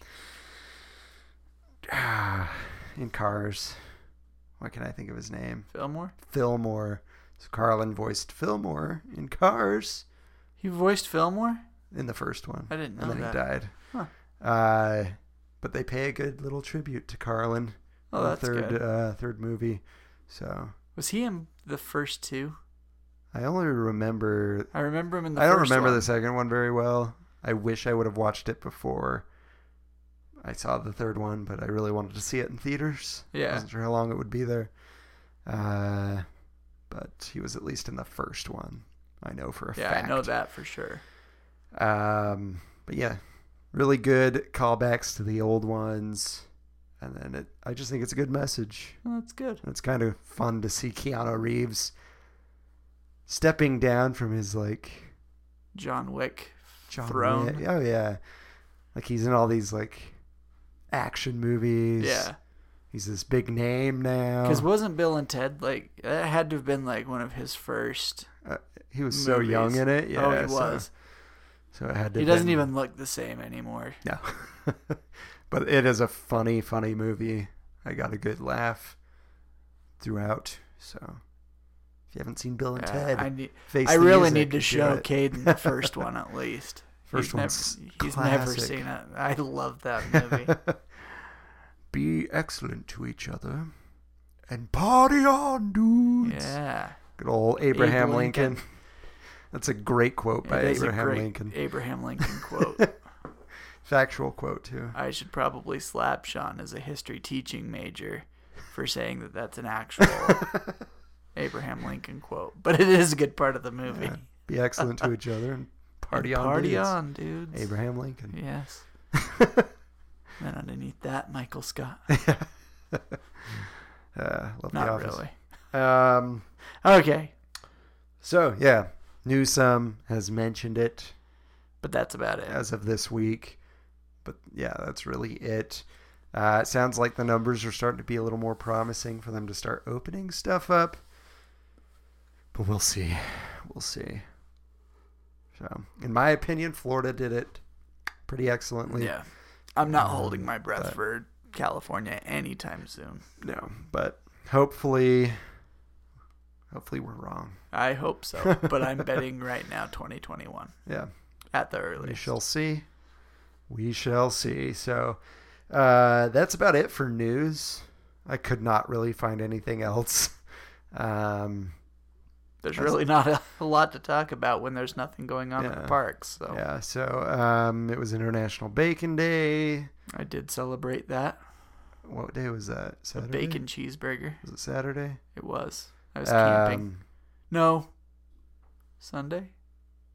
Speaker 5: Ah, in Cars. What can I think of his name?
Speaker 6: Fillmore.
Speaker 5: Fillmore. So Carlin voiced Fillmore in Cars.
Speaker 6: He voiced Fillmore.
Speaker 5: in the first one.
Speaker 6: I didn't know
Speaker 5: And then
Speaker 6: that.
Speaker 5: he died.
Speaker 6: Huh.
Speaker 5: Uh, but they pay a good little tribute to Carlin.
Speaker 6: Oh,
Speaker 5: in the
Speaker 6: that's
Speaker 5: third,
Speaker 6: good.
Speaker 5: Uh, third movie. So
Speaker 6: Was he in the first two?
Speaker 5: I only remember.
Speaker 6: I remember him in the.
Speaker 5: I don't
Speaker 6: first
Speaker 5: remember
Speaker 6: one.
Speaker 5: the second one very well. I wish I would have watched it before I saw the third one, but I really wanted to see it in theaters.
Speaker 6: Yeah.
Speaker 5: wasn't sure how long it would be there. Uh, but he was at least in the first one. I know for a
Speaker 6: Yeah,
Speaker 5: fact.
Speaker 6: I know that for sure.
Speaker 5: Um, but yeah, really good callbacks to the old ones, and then it. I just think it's a good message.
Speaker 6: Well, that's good.
Speaker 5: And it's kind of fun to see Keanu Reeves stepping down from his like
Speaker 6: John Wick.
Speaker 5: John
Speaker 6: throne.
Speaker 5: Wick- Oh yeah, like he's in all these like action movies.
Speaker 6: Yeah.
Speaker 5: he's this big name now.
Speaker 6: Because wasn't Bill and Ted like that had to have been like one of his first
Speaker 5: Uh, he was so young
Speaker 6: movies.
Speaker 5: in it. Yeah,
Speaker 6: oh, he
Speaker 5: so-
Speaker 6: was.
Speaker 5: So, it had to.
Speaker 6: He
Speaker 5: uh,
Speaker 6: doesn't
Speaker 5: been-
Speaker 6: even look the same anymore.
Speaker 5: No. [LAUGHS] but it is a funny, funny movie. I got a good laugh throughout. So if you haven't seen Bill and
Speaker 6: Uh,
Speaker 5: Ted,
Speaker 6: I need.
Speaker 5: face
Speaker 6: I
Speaker 5: the
Speaker 6: really
Speaker 5: music
Speaker 6: need to
Speaker 5: and do
Speaker 6: show
Speaker 5: it. [LAUGHS]
Speaker 6: Caden the first one at least.
Speaker 5: First
Speaker 6: he's
Speaker 5: one's
Speaker 6: never, he's never
Speaker 5: classic.
Speaker 6: seen it. I love that movie.
Speaker 5: [LAUGHS] Be excellent to each other and party on, dudes.
Speaker 6: yeah,
Speaker 5: Good old Abraham
Speaker 6: Abe
Speaker 5: Lincoln. [LAUGHS]
Speaker 6: Lincoln.
Speaker 5: That's a great quote by
Speaker 6: It is a
Speaker 5: Abraham
Speaker 6: great
Speaker 5: Lincoln. [LAUGHS]
Speaker 6: Abraham Lincoln quote.
Speaker 5: Factual quote, too.
Speaker 6: I should probably slap Sean as a history teaching major for saying that that's an actual
Speaker 5: [LAUGHS]
Speaker 6: Abraham Lincoln quote, but it is a good part of the movie.
Speaker 5: Be excellent to each other and party on,
Speaker 6: [LAUGHS] Party
Speaker 5: dudes.
Speaker 6: on, dudes.
Speaker 5: Abraham Lincoln.
Speaker 6: Yes.
Speaker 5: [LAUGHS]
Speaker 6: then underneath that, Michael Scott.
Speaker 5: Uh, love the
Speaker 6: Not
Speaker 5: office.
Speaker 6: really.
Speaker 5: Um,
Speaker 6: Okay,
Speaker 5: So yeah, Newsom has mentioned it
Speaker 6: but that's about it.
Speaker 5: as of this week, but yeah, that's really it. Uh, it sounds like the numbers are starting to be a little more promising for them to start opening stuff up, but we'll see. We'll see. So, in my opinion, Florida did it pretty excellently.
Speaker 6: Yeah. I'm not
Speaker 5: Um,
Speaker 6: holding my breath for California anytime soon.
Speaker 5: No, but hopefully, hopefully we're wrong.
Speaker 6: I
Speaker 5: [LAUGHS]
Speaker 6: hope so, but I'm betting right now 2021
Speaker 5: Yeah.
Speaker 6: at the
Speaker 5: We
Speaker 6: earliest.
Speaker 5: shall see. We shall see. So uh, that's about it for news. I could not really find anything else. [LAUGHS] Um,
Speaker 6: There's really not a, [LAUGHS] a lot to talk about when there's nothing going on in
Speaker 5: Yeah.
Speaker 6: the parks. So
Speaker 5: yeah, so um, it was International Bacon Day.
Speaker 6: I did celebrate that.
Speaker 5: What day was that? Saturday?
Speaker 6: Bacon cheeseburger.
Speaker 5: Was it Saturday?
Speaker 6: It was. I was camping.
Speaker 5: Um,
Speaker 6: No. Sunday?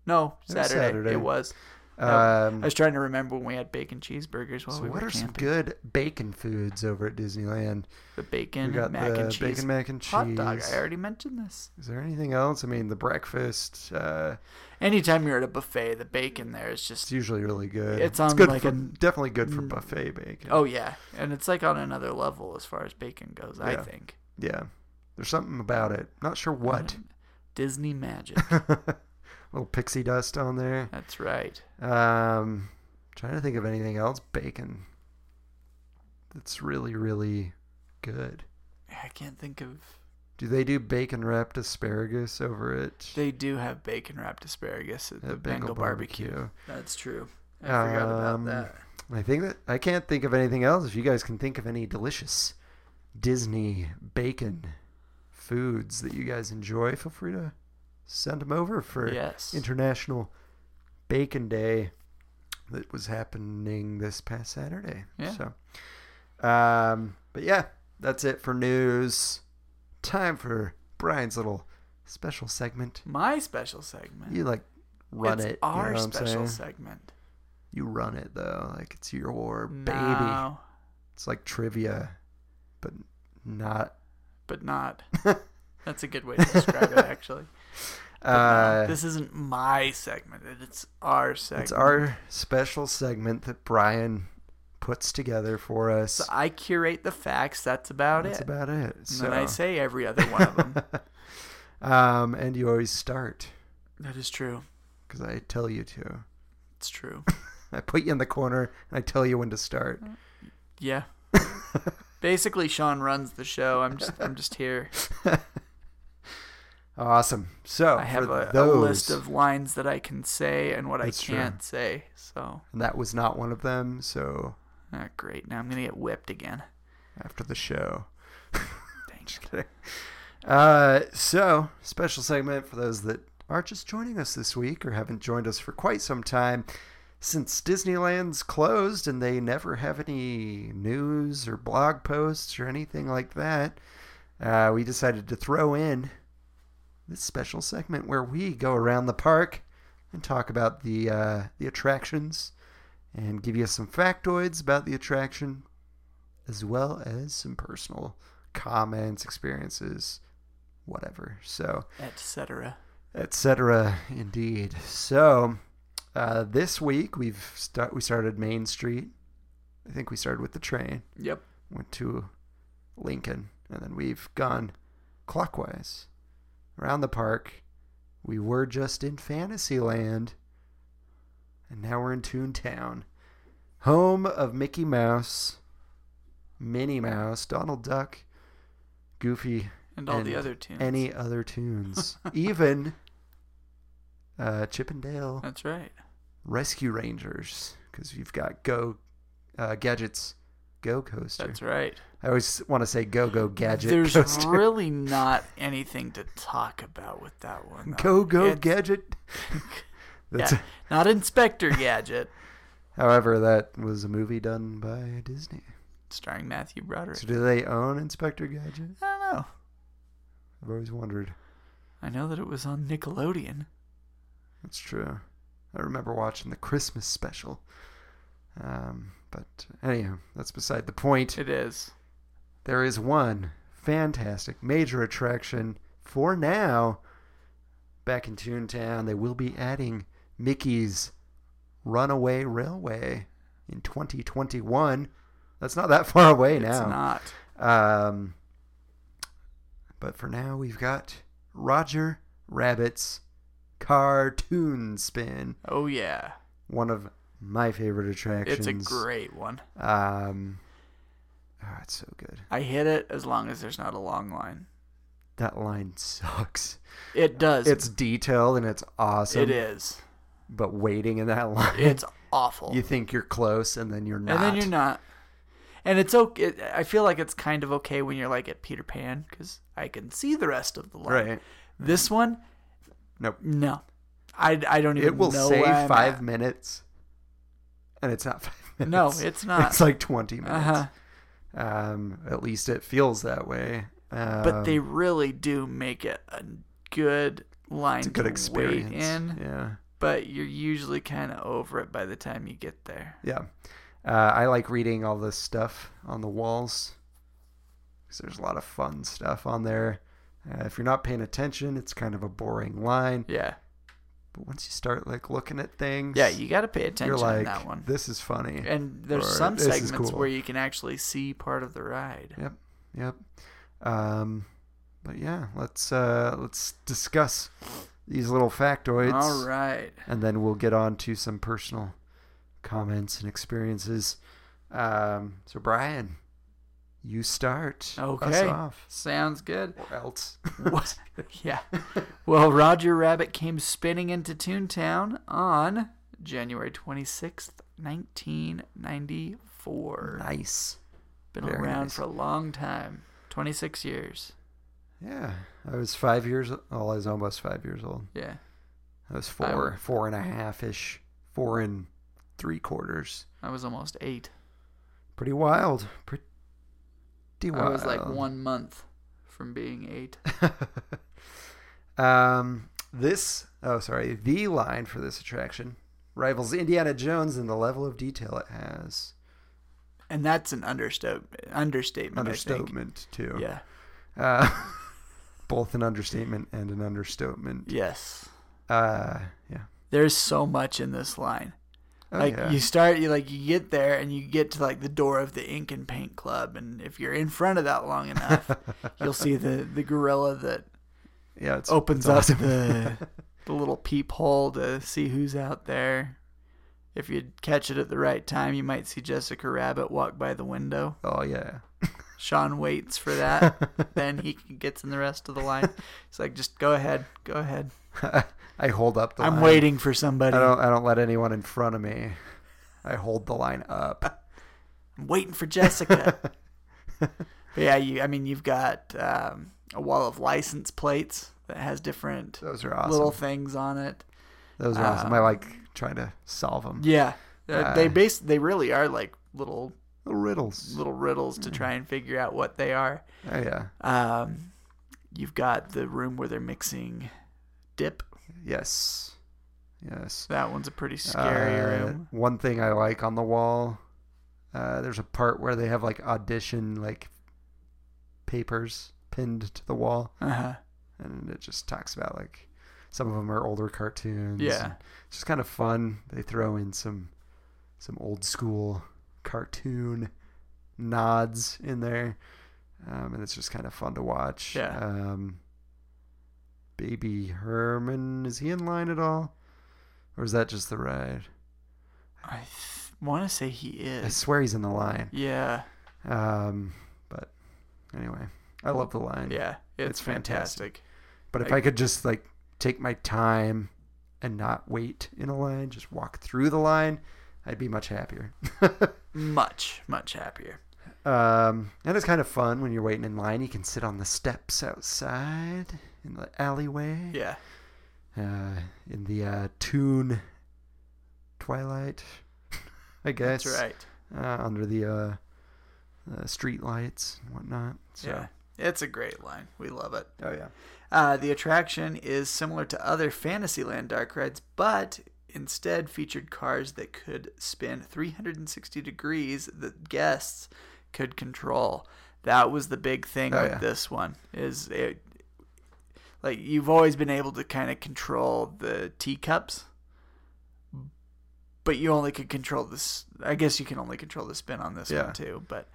Speaker 6: No,
Speaker 5: It was
Speaker 6: Saturday.
Speaker 5: Saturday.
Speaker 6: It was.
Speaker 5: um,
Speaker 6: I was trying to remember when we had bacon cheeseburgers while
Speaker 5: so
Speaker 6: we
Speaker 5: what
Speaker 6: were
Speaker 5: are some
Speaker 6: camping.
Speaker 5: good bacon foods over at Disneyland?
Speaker 6: the
Speaker 5: We
Speaker 6: bacon,
Speaker 5: got
Speaker 6: mac
Speaker 5: the
Speaker 6: and cheese,
Speaker 5: bacon mac and cheese.
Speaker 6: hot dog. I already mentioned this.
Speaker 5: Is there anything else? I mean, the breakfast. Uh,
Speaker 6: Anytime you're at a buffet, the bacon there is
Speaker 5: It's
Speaker 6: just
Speaker 5: usually really good. it's
Speaker 6: It's on,
Speaker 5: good
Speaker 6: like,
Speaker 5: for,
Speaker 6: a-
Speaker 5: definitely good for buffet bacon.
Speaker 6: oh yeah, and it's like on another level as far as bacon goes. I
Speaker 5: Yeah.
Speaker 6: think
Speaker 5: yeah, there's something about it. Not sure what.
Speaker 6: Disney magic.
Speaker 5: [LAUGHS] Little pixie dust on there.
Speaker 6: That's right.
Speaker 5: Um, trying to think of anything else. Bacon. That's really really good.
Speaker 6: I can't think of.
Speaker 5: Do they do bacon wrapped asparagus over it?
Speaker 6: They do have bacon wrapped asparagus at the Bengal barbecue. That's true. I forgot
Speaker 5: Um,
Speaker 6: about that.
Speaker 5: I think that I can't think of anything else. If you guys can think of any delicious Disney bacon foods that you guys enjoy, feel free to send them over for
Speaker 6: Yes.
Speaker 5: International Bacon Day that was happening this past Saturday.
Speaker 6: Yeah.
Speaker 5: So, um, but yeah, that's it for news. Time for Brian's little special segment.
Speaker 6: My special segment.
Speaker 5: You like run
Speaker 6: it's
Speaker 5: it. you
Speaker 6: Our
Speaker 5: know what I'm saying?
Speaker 6: special segment.
Speaker 5: You run it though, like it's your baby.
Speaker 6: No,
Speaker 5: It's like trivia, but not. [LAUGHS]
Speaker 6: but not. That's a good way to
Speaker 5: [LAUGHS]
Speaker 6: describe it, actually.
Speaker 5: Uh,
Speaker 6: this isn't my segment. It's our segment.
Speaker 5: it's our special segment that Brian puts together for us.
Speaker 6: I curate the facts. That's about
Speaker 5: That's
Speaker 6: it.
Speaker 5: about it.
Speaker 6: and
Speaker 5: So,
Speaker 6: then I say every other one of
Speaker 5: [LAUGHS]
Speaker 6: them.
Speaker 5: um, and you always start
Speaker 6: that is true.
Speaker 5: because I tell you to. [LAUGHS]
Speaker 6: It's true.
Speaker 5: I put you in the corner and I tell you when to start.
Speaker 6: Mm. Yeah. Basically, Sean runs the show. I'm just, I'm just here.
Speaker 5: Awesome. So
Speaker 6: I have
Speaker 5: for
Speaker 6: a, a
Speaker 5: those,
Speaker 6: list of lines that I can say and what
Speaker 5: That's
Speaker 6: I
Speaker 5: true.
Speaker 6: can't say. So,
Speaker 5: and that was not one of them. So
Speaker 6: ah, great. Now I'm gonna get whipped again.
Speaker 5: after the show.
Speaker 6: Dang
Speaker 5: Just kidding. Uh, so, special segment for those that are just joining us this week or haven't joined us for quite some time. Since Disneyland's closed and they never have any news or blog posts or anything like that, uh, we decided to throw in this special segment where we go around the park and talk about the uh, the attractions and give you some factoids about the attraction, as well as some personal comments, experiences, whatever. So,
Speaker 6: Etc.
Speaker 5: etc. Indeed. So, uh, this week we've start we started Main Street. I think we started with the train,
Speaker 6: Yep.
Speaker 5: went to Lincoln, and then we've gone clockwise around the park. We were just in Fantasyland, and now we're in Toontown, home of Mickey Mouse, Minnie Mouse, Donald Duck, Goofy,
Speaker 6: And all the
Speaker 5: And
Speaker 6: other tunes.
Speaker 5: any other
Speaker 6: [LAUGHS]
Speaker 5: tunes, even uh, Chippendale
Speaker 6: That's right.
Speaker 5: Rescue Rangers, because you've got Go uh, Gadgets Go Coaster.
Speaker 6: That's right.
Speaker 5: I always want to say Go Go Gadget [LAUGHS]
Speaker 6: There's
Speaker 5: Coaster.
Speaker 6: really not anything to talk about with that one.
Speaker 5: go Go
Speaker 6: It's- [LAUGHS]
Speaker 5: Gadget. That's,
Speaker 6: yeah, not Inspector Gadget,
Speaker 5: However, that was a movie done by Disney.
Speaker 6: starring Matthew Broderick.
Speaker 5: So do they own Inspector Gadget?
Speaker 6: I don't know.
Speaker 5: I've always wondered.
Speaker 6: I know that it was on Nickelodeon.
Speaker 5: That's true. I remember watching the Christmas special. Um, but anyhow, that's beside the point.
Speaker 6: It is.
Speaker 5: there is one fantastic major attraction for now back in Toontown. They will be adding Mickey's Runaway Railway in 2021. That's not that [LAUGHS] far away
Speaker 6: It's
Speaker 5: now.
Speaker 6: not.
Speaker 5: Um, but for now, we've got Roger Rabbit's Cartoon Spin,
Speaker 6: Oh yeah,
Speaker 5: one of my favorite attractions.
Speaker 6: it's a great one.
Speaker 5: Um, oh, it's so good.
Speaker 6: I hit it as long as there's not a long line.
Speaker 5: That line sucks.
Speaker 6: It does.
Speaker 5: It's detailed and it's awesome.
Speaker 6: it is.
Speaker 5: But waiting in that [LAUGHS] line,
Speaker 6: It's awful.
Speaker 5: you think you're close and then you're not.
Speaker 6: and then you're not. And it's okay. It, I feel like it's kind of okay when you're like at Peter Pan because I can see the rest of the line.
Speaker 5: Right.
Speaker 6: This one,
Speaker 5: Nope.
Speaker 6: no. I, I don't even.
Speaker 5: It will
Speaker 6: know
Speaker 5: say
Speaker 6: where I'm
Speaker 5: five
Speaker 6: at.
Speaker 5: minutes, and it's not [LAUGHS] five minutes.
Speaker 6: No,
Speaker 5: [LAUGHS]
Speaker 6: it's not.
Speaker 5: It's like 20 minutes.
Speaker 6: Uh-huh.
Speaker 5: Um, at least it feels that way. Um,
Speaker 6: but they really do make it a good line
Speaker 5: it's a good
Speaker 6: to
Speaker 5: experience.
Speaker 6: wait in.
Speaker 5: Yeah.
Speaker 6: But you're usually kind of over it by the time you get there.
Speaker 5: Yeah. Uh, I like reading all this stuff on the walls because there's a lot of fun stuff on there. Uh, if you're not paying attention, it's kind of a boring line.
Speaker 6: Yeah,
Speaker 5: But once you start like looking at things,
Speaker 6: yeah, you got to pay attention
Speaker 5: you're
Speaker 6: to
Speaker 5: like,
Speaker 6: that one.
Speaker 5: this is funny.
Speaker 6: And there's
Speaker 5: or
Speaker 6: some
Speaker 5: this is
Speaker 6: segments
Speaker 5: cool.
Speaker 6: where you can actually see part of the ride.
Speaker 5: Yep, yep. Um, but yeah, let's uh, let's discuss these little factoids,
Speaker 6: All right.
Speaker 5: and then we'll get on to some personal comments and experiences. Um, so Brian, you start. Us
Speaker 6: Okay.
Speaker 5: off.
Speaker 6: Sounds good.
Speaker 5: [LAUGHS] Or else.
Speaker 6: What? [LAUGHS] yeah. Well, Roger Rabbit came spinning into Toontown on January 26th, 1994.
Speaker 5: [LAUGHS] nice.
Speaker 6: Been
Speaker 5: Very
Speaker 6: around
Speaker 5: nice.
Speaker 6: for a long time 26 years.
Speaker 5: Yeah, I was five years. Oh, I was almost five years old.
Speaker 6: Yeah.
Speaker 5: I was four,
Speaker 6: w-
Speaker 5: four and a half ish, four and three quarters.
Speaker 6: I was almost eight.
Speaker 5: Pretty wild. Pretty wild.
Speaker 6: I was like one month from being eight.
Speaker 5: [LAUGHS] um, this, oh, sorry, the line for this attraction rivals Indiana Jones in the level of detail it has.
Speaker 6: and that's an understa- understatement. I think.
Speaker 5: Understatement too.
Speaker 6: Yeah.
Speaker 5: Uh, [LAUGHS] both an understatement and an understatement.
Speaker 6: Yes.
Speaker 5: Uh, yeah.
Speaker 6: There's so much in this line.
Speaker 5: Oh,
Speaker 6: like
Speaker 5: yeah.
Speaker 6: you start, you like you get there and you get to like the door of the Ink and Paint Club, and if you're in front of that long enough,
Speaker 5: [LAUGHS]
Speaker 6: you'll see the the gorilla that
Speaker 5: yeah, it's,
Speaker 6: opens
Speaker 5: it's awesome.
Speaker 6: up the the little peephole to see who's out there. If you catch it at the right time, you might see Jessica Rabbit walk by the window.
Speaker 5: [LAUGHS] oh yeah. [LAUGHS]
Speaker 6: Sean waits for that, then he gets in the rest of the line. It's like, just go ahead, go ahead.
Speaker 5: I hold up the.
Speaker 6: I'm
Speaker 5: line.
Speaker 6: waiting for somebody.
Speaker 5: I don't. I don't let anyone in front of me. I hold the line up.
Speaker 6: I'm waiting for
Speaker 5: [LAUGHS]
Speaker 6: Jessica. but yeah, you. I mean, you've got um, a wall of license plates that has different
Speaker 5: Those are awesome.
Speaker 6: little things on it.
Speaker 5: Those are awesome. I like trying to solve them.
Speaker 6: Yeah,
Speaker 5: Uh,
Speaker 6: they base. They really are like little
Speaker 5: Little riddles.
Speaker 6: little riddles
Speaker 5: mm.
Speaker 6: to try and figure out what they are.
Speaker 5: Oh yeah.
Speaker 6: Um, you've got the room where they're mixing dip.
Speaker 5: Yes. Yes.
Speaker 6: That one's a pretty scary
Speaker 5: Uh,
Speaker 6: room.
Speaker 5: One thing I like on the wall, uh, there's a part where they have like audition like papers pinned to the wall,
Speaker 6: Uh huh.
Speaker 5: and it just talks about like some of them are older cartoons.
Speaker 6: Yeah.
Speaker 5: and it's just kind of fun. They throw in some some old school cartoon nods in there, um, and it's just kind of fun to watch.
Speaker 6: Yeah.
Speaker 5: Um, Baby Herman, is he in line at all? Or is that just the ride?
Speaker 6: I th- want to say he
Speaker 5: I
Speaker 6: is.
Speaker 5: swear he's in the line.
Speaker 6: Yeah.
Speaker 5: Um, but anyway, I love the line.
Speaker 6: Yeah. It's,
Speaker 5: It's fantastic.
Speaker 6: fantastic.
Speaker 5: But if I, could just like take my time and not wait in a line, just walk through the line, I'd be much happier. [LAUGHS]
Speaker 6: Much, much happier.
Speaker 5: um, and it's kind of fun when you're waiting in line. You can sit on the steps outside in the alleyway.
Speaker 6: Yeah.
Speaker 5: Uh, in the uh, tune twilight, [LAUGHS] I guess.
Speaker 6: That's right.
Speaker 5: Uh, under the uh, uh, street lights and whatnot. So.
Speaker 6: Yeah. It's a great line. We love it.
Speaker 5: Oh yeah.
Speaker 6: Uh, the attraction is similar to other Fantasyland dark rides, but instead featured cars that could spin 360 degrees that guests could control. That was the big thing
Speaker 5: Oh,
Speaker 6: with
Speaker 5: yeah.
Speaker 6: this one is it like you've always been able to kind of control the teacups but you only could control this I guess you can only control the spin on this
Speaker 5: Yeah.
Speaker 6: one too, but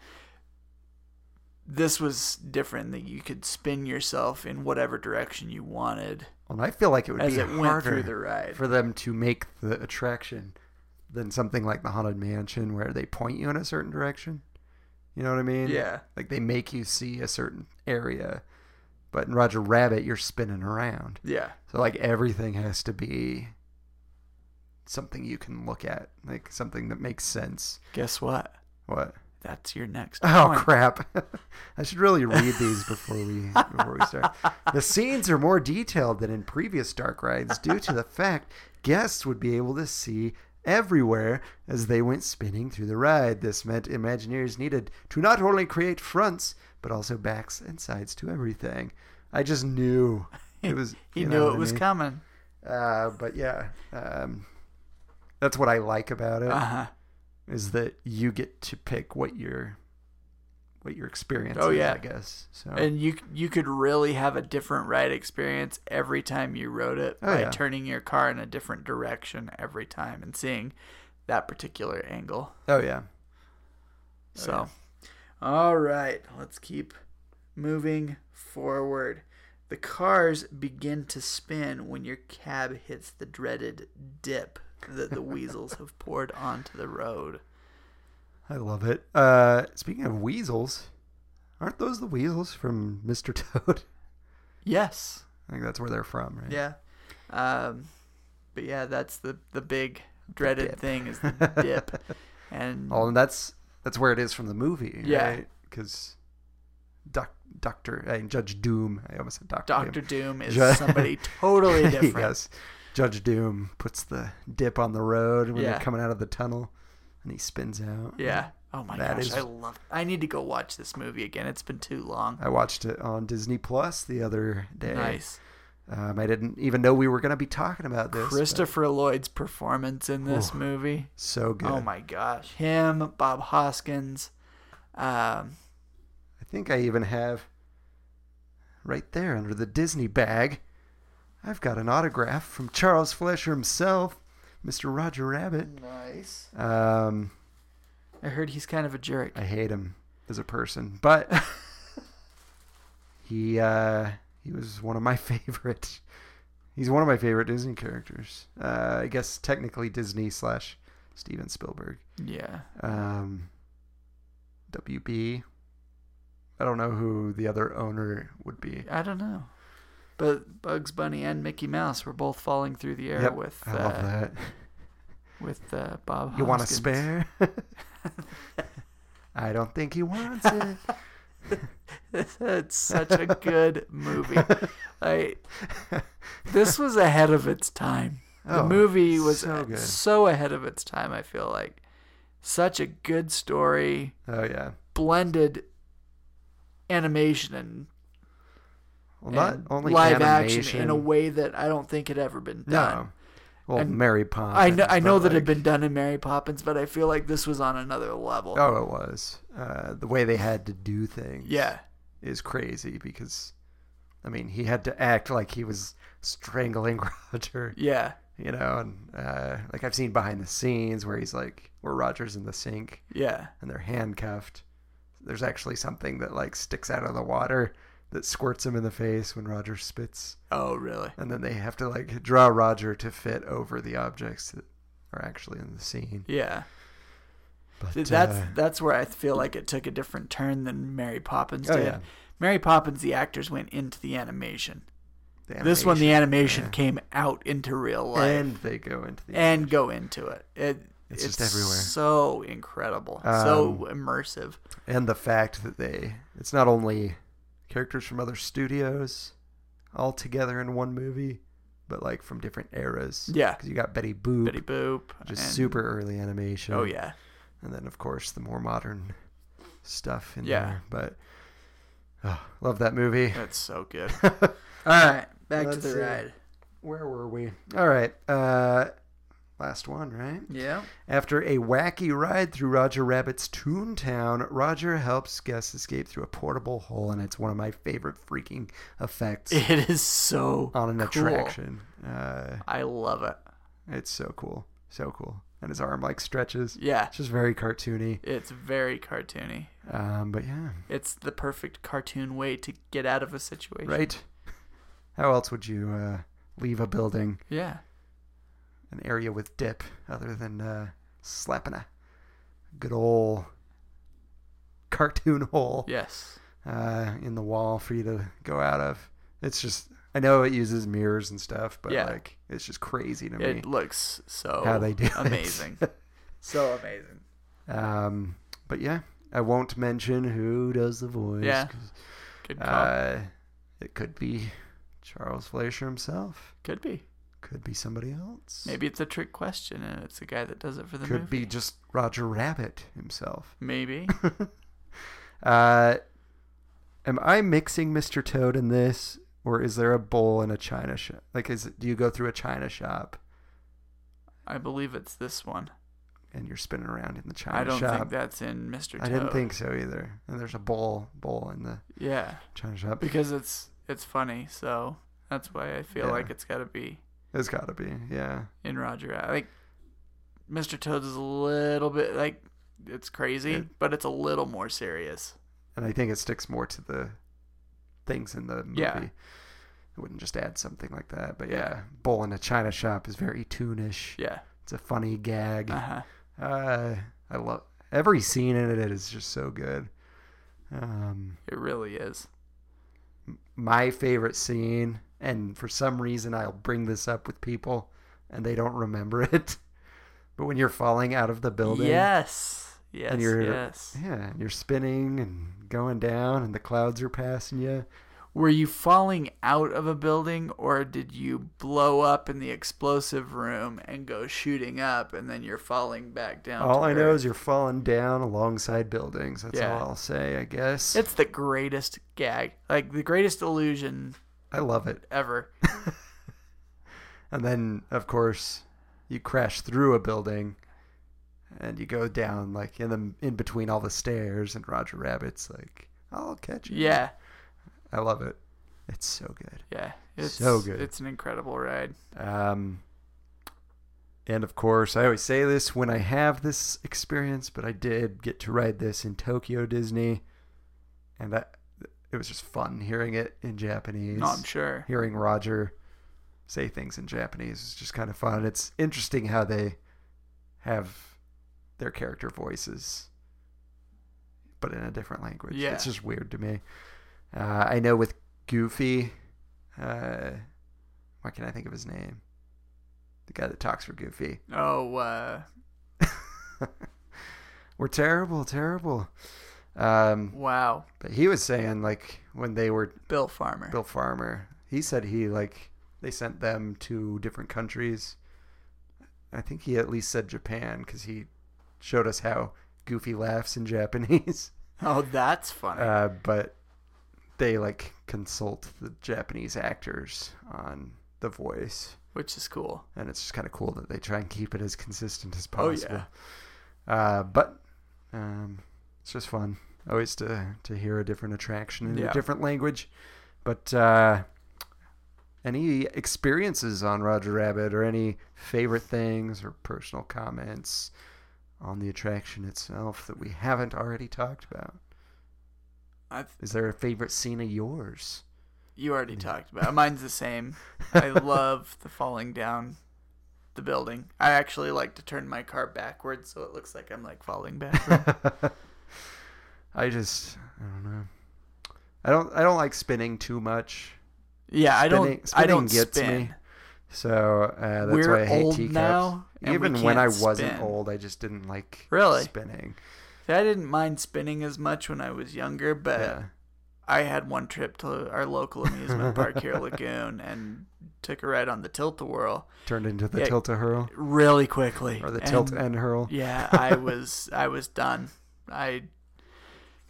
Speaker 6: this was different that you could spin yourself in whatever direction you wanted
Speaker 5: Well, I feel like it would
Speaker 6: as
Speaker 5: be
Speaker 6: it went
Speaker 5: harder
Speaker 6: through the ride.
Speaker 5: for them to make the attraction than something like the Haunted Mansion, where they point you in a certain direction. You know what I mean?
Speaker 6: Yeah.
Speaker 5: Like they make you see a certain area, but in Roger Rabbit, you're spinning around.
Speaker 6: yeah.
Speaker 5: So like everything has to be something you can look at, like something that makes sense.
Speaker 6: Guess what?
Speaker 5: What?
Speaker 6: That's your next
Speaker 5: Oh
Speaker 6: point.
Speaker 5: crap! [LAUGHS] I should really read these before we before we start. The scenes are more detailed than in previous dark rides due to the fact guests would be able to see everywhere as they went spinning through the ride. This meant Imagineers needed to not only create fronts but also backs and sides to everything. I just
Speaker 6: [LAUGHS]
Speaker 5: knew it was.
Speaker 6: He
Speaker 5: you know
Speaker 6: knew
Speaker 5: what
Speaker 6: it
Speaker 5: I
Speaker 6: was
Speaker 5: mean?
Speaker 6: coming.
Speaker 5: Uh, but yeah, um, that's what I like about it is
Speaker 6: Uh-huh.
Speaker 5: that you get to pick what your what your experience.
Speaker 6: Oh,
Speaker 5: is,
Speaker 6: yeah.
Speaker 5: I guess so.
Speaker 6: And you you could really have a different ride experience every time you rode it
Speaker 5: Oh,
Speaker 6: by
Speaker 5: yeah.
Speaker 6: turning your car in a different direction every time and seeing that particular angle.
Speaker 5: oh yeah,
Speaker 6: So, Oh, all right, let's keep moving forward. The cars begin to spin when your cab hits the dreaded dip
Speaker 5: [LAUGHS]
Speaker 6: that the weasels have poured onto the road.
Speaker 5: I love it. Uh, speaking of weasels, aren't those the weasels from Mr. [LAUGHS] Toad?
Speaker 6: Yes.
Speaker 5: I think that's where they're from, right?
Speaker 6: Yeah. Um, but yeah, that's the the big dreaded
Speaker 5: dip.
Speaker 6: thing is
Speaker 5: [LAUGHS]
Speaker 6: the dip, and
Speaker 5: Oh, and that's that's where it is from the movie,
Speaker 6: Yeah.
Speaker 5: Because Doc, Doctor uh, Judge Doom, I almost said Doctor.
Speaker 6: Doctor Doom is
Speaker 5: Ju-
Speaker 6: somebody totally
Speaker 5: [LAUGHS]
Speaker 6: different.
Speaker 5: yes. Judge Doom puts the dip on the road when
Speaker 6: Yeah.
Speaker 5: they're coming out of the tunnel, and he spins out.
Speaker 6: Yeah. Oh my
Speaker 5: That
Speaker 6: gosh,
Speaker 5: is-
Speaker 6: I love. I need to go watch this movie again. It's been too long.
Speaker 5: I watched it on Disney Plus the other day.
Speaker 6: Nice.
Speaker 5: Um, I didn't even know we were going to be talking about this. but
Speaker 6: Christopher Lloyd's performance in this movie.
Speaker 5: so good.
Speaker 6: Oh my gosh. Him, Bob Hoskins. Um,
Speaker 5: I think I even have right there under the Disney bag. I've got an autograph from Charles Flesher himself, Mr. Roger Rabbit.
Speaker 6: nice.
Speaker 5: Um,
Speaker 6: I heard he's kind of a jerk.
Speaker 5: I hate him as a person, but [LAUGHS] he uh, he was one of my [LAUGHS] favorite. He's one of my favorite Disney characters. Uh, I guess technically Disney slash Steven Spielberg.
Speaker 6: Yeah.
Speaker 5: Um, WB. I don't know who the other owner would be.
Speaker 6: I don't know. But Bugs Bunny and Mickey Mouse were both falling through the air
Speaker 5: Yep,
Speaker 6: with
Speaker 5: I love
Speaker 6: uh,
Speaker 5: that.
Speaker 6: with uh, Bob.
Speaker 5: You want a
Speaker 6: Hoskins.
Speaker 5: spare?
Speaker 6: [LAUGHS]
Speaker 5: I don't think he wants it.
Speaker 6: [LAUGHS] it's such a good
Speaker 5: [LAUGHS]
Speaker 6: movie. I [LAUGHS] this was ahead of its time. The
Speaker 5: Oh,
Speaker 6: movie was
Speaker 5: so good.
Speaker 6: so ahead of its time. I feel like such a good story,
Speaker 5: [LAUGHS] Oh yeah.
Speaker 6: blended animation and,
Speaker 5: Well, not
Speaker 6: and
Speaker 5: only
Speaker 6: live
Speaker 5: animation
Speaker 6: action in a way that I don't think had ever been done.
Speaker 5: No. Well,
Speaker 6: And
Speaker 5: Mary Poppins.
Speaker 6: I know, I
Speaker 5: but,
Speaker 6: know that it
Speaker 5: like,
Speaker 6: had been done in Mary Poppins, but I feel like this was on another level.
Speaker 5: Oh, it was. Uh, the way they had to do things
Speaker 6: Yeah,
Speaker 5: is crazy because, I mean, he had to act like he was strangling [LAUGHS] Roger,
Speaker 6: yeah,
Speaker 5: you know, and uh, like I've seen behind the scenes where he's like, where Roger's in the sink
Speaker 6: yeah.
Speaker 5: and they're handcuffed. There's actually something that like sticks out of the water that squirts him in the face when Roger spits,
Speaker 6: Oh, really?
Speaker 5: and then they have to like draw Roger to fit over the objects that are actually in the scene.
Speaker 6: Yeah.
Speaker 5: But,
Speaker 6: Th-
Speaker 5: uh,
Speaker 6: That's that's where I feel like it took a different turn than Mary Poppins
Speaker 5: Oh,
Speaker 6: did.
Speaker 5: yeah.
Speaker 6: Mary Poppins, the actors went into the animation.
Speaker 5: the
Speaker 6: This one, the
Speaker 5: animation.
Speaker 6: animation came out into real life and,
Speaker 5: and they go into the
Speaker 6: go into it. it
Speaker 5: It's just everywhere. Um,
Speaker 6: So incredible, so immersive.
Speaker 5: and the fact that they it's not only characters from other studios all together in one movie but like from different eras
Speaker 6: Yeah.
Speaker 5: because you got betty boop
Speaker 6: Betty Boop,
Speaker 5: just
Speaker 6: and-
Speaker 5: super early animation
Speaker 6: Oh yeah,
Speaker 5: and then of course the more modern stuff in
Speaker 6: Yeah.
Speaker 5: there but oh, love that movie
Speaker 6: that's so
Speaker 5: [LAUGHS]
Speaker 6: good. All right, back
Speaker 5: Let's
Speaker 6: to the
Speaker 5: see.
Speaker 6: ride.
Speaker 5: where were we all right uh last one right
Speaker 6: Yeah.
Speaker 5: After a wacky ride through Roger Rabbit's Toontown, Roger helps guests escape through a portable hole, and it's one of my favorite freaking effects
Speaker 6: It is so
Speaker 5: on an
Speaker 6: Eh, cool.
Speaker 5: attraction. Uh,
Speaker 6: I love it.
Speaker 5: it's so cool, so cool. And his arm like stretches.
Speaker 6: Yeah.
Speaker 5: It's just very cartoony.
Speaker 6: It's very cartoony.
Speaker 5: Um, but yeah,
Speaker 6: It's the perfect cartoon way to get out of a situation.
Speaker 5: right. How else would you uh, leave a building,
Speaker 6: Yeah.
Speaker 5: an area with dip, other than uh, slapping a good old cartoon hole?
Speaker 6: Yes.
Speaker 5: uh, in the wall for you to go out of. It's just I know it uses mirrors and stuff, but
Speaker 6: Yeah.
Speaker 5: like it's just crazy to me
Speaker 6: It looks so
Speaker 5: how they do it.
Speaker 6: amazing. so amazing.
Speaker 5: [LAUGHS] um, but yeah, I won't mention who does the voice.
Speaker 6: Yeah.
Speaker 5: 'cause,
Speaker 6: Good call.
Speaker 5: Uh, it could be Charles Fleischer himself.
Speaker 6: Could be.
Speaker 5: Could be somebody else.
Speaker 6: Maybe it's a trick question and it's the guy that does it for the
Speaker 5: Could
Speaker 6: movie.
Speaker 5: be just Roger Rabbit himself.
Speaker 6: Maybe.
Speaker 5: [LAUGHS] Uh, am I mixing Mr. Toad in this, or is there a bowl in a china shop? Like, is do you go through a china shop
Speaker 6: I believe it's this one.
Speaker 5: and you're spinning around in the china
Speaker 6: I don't
Speaker 5: shop?
Speaker 6: think that's in Mr. Toad.
Speaker 5: I didn't think so either. And there's a bowl bowl in the
Speaker 6: Yeah.
Speaker 5: china shop.
Speaker 6: Because it's it's funny, so that's why I feel
Speaker 5: Yeah.
Speaker 6: like it's gotta be
Speaker 5: It's got to be, yeah.
Speaker 6: in Roger Rabbit. Like Mr. Toad is a little bit like it's crazy, but it's a little more serious.
Speaker 5: And I think it sticks more to the things in the movie.
Speaker 6: Yeah.
Speaker 5: It wouldn't just add something like that, but yeah,
Speaker 6: Yeah.
Speaker 5: bowl in a china shop is very toonish.
Speaker 6: Yeah.
Speaker 5: It's a funny gag.
Speaker 6: Uh huh.
Speaker 5: Uh, I love every scene in it is just so good. Um,
Speaker 6: It really is.
Speaker 5: my favorite scene, and for some reason I'll bring this up with people, and they don't remember [LAUGHS] it. But when you're falling out of the building,
Speaker 6: Yes. Yes.
Speaker 5: and you're
Speaker 6: yes.
Speaker 5: yeah, and you're spinning and going down, and the clouds are passing you.
Speaker 6: Were you falling out of a building or did you blow up in the explosive room and go shooting up and then you're falling back down?
Speaker 5: All
Speaker 6: to
Speaker 5: I know
Speaker 6: earth?
Speaker 5: is you're falling down alongside buildings. That's
Speaker 6: Yeah.
Speaker 5: all I'll say, I guess.
Speaker 6: it's the greatest gag. Like the greatest illusion
Speaker 5: I love it. [LAUGHS]
Speaker 6: ever.
Speaker 5: And then, of course, you crash through a building and you go down like in the in between all the stairs and Roger Rabbit's like, I'll catch you.
Speaker 6: Yeah,
Speaker 5: I love it. It's so good.
Speaker 6: yeah. It's
Speaker 5: So good.
Speaker 6: It's an incredible ride.
Speaker 5: Um and of course, I always say this when I have this experience, but I did get to ride this in Tokyo Disney and I, it was just fun hearing it in Japanese.
Speaker 6: No, I'm sure.
Speaker 5: hearing Roger say things in Japanese is just kind of fun. It's interesting how they have their character voices, but in a different language.
Speaker 6: Yeah.
Speaker 5: It's just weird to me. Uh, I know with Goofy, uh, why can't I think of his name? The guy that talks for Goofy.
Speaker 6: Oh, uh,
Speaker 5: We're terrible, terrible. Um,
Speaker 6: wow.
Speaker 5: but he was saying, like, when they were
Speaker 6: Bill Farmer.
Speaker 5: Bill Farmer. He said he like they sent them to different countries. I think he at least said Japan because he showed us how Goofy laughs in Japanese. [LAUGHS]
Speaker 6: Oh, that's funny.
Speaker 5: Uh, but they like consult the Japanese actors on the voice,
Speaker 6: Which is cool.
Speaker 5: and it's just kind of cool that they try and keep it as consistent as
Speaker 6: Oh, yeah.
Speaker 5: possible. Uh, but um, it's just fun always to to hear a different attraction in
Speaker 6: Yeah.
Speaker 5: a different language. But uh, any experiences on Roger Rabbit or any favorite things or personal comments on the attraction itself that we haven't already talked about?
Speaker 6: I've,
Speaker 5: Is there a favorite scene of yours?
Speaker 6: you already talked about. it. Mine's the same.
Speaker 5: [LAUGHS]
Speaker 6: I love the falling down the building. I actually like to turn my car backwards so it looks like I'm like falling backwards.
Speaker 5: [LAUGHS] I just I don't know. I don't I don't like spinning too much.
Speaker 6: yeah, I
Speaker 5: Spinning-
Speaker 6: don't. I
Speaker 5: spinning
Speaker 6: don't
Speaker 5: gets
Speaker 6: spin.
Speaker 5: me. So uh, that's
Speaker 6: We're
Speaker 5: why I hate
Speaker 6: old
Speaker 5: teacups.
Speaker 6: now, and we
Speaker 5: Even when I
Speaker 6: can't
Speaker 5: wasn't
Speaker 6: spin.
Speaker 5: old, I just didn't like
Speaker 6: Really?
Speaker 5: spinning.
Speaker 6: See, I didn't mind spinning as much when I was younger, but
Speaker 5: Yeah.
Speaker 6: I had one trip to our local amusement park
Speaker 5: [LAUGHS]
Speaker 6: here, Lagoon, and took a ride on the tilt a whirl
Speaker 5: Turned into the
Speaker 6: Yeah.
Speaker 5: tilt a hurl
Speaker 6: really quickly.
Speaker 5: or the
Speaker 6: And-
Speaker 5: tilt and hurl.
Speaker 6: yeah, I was I was done. I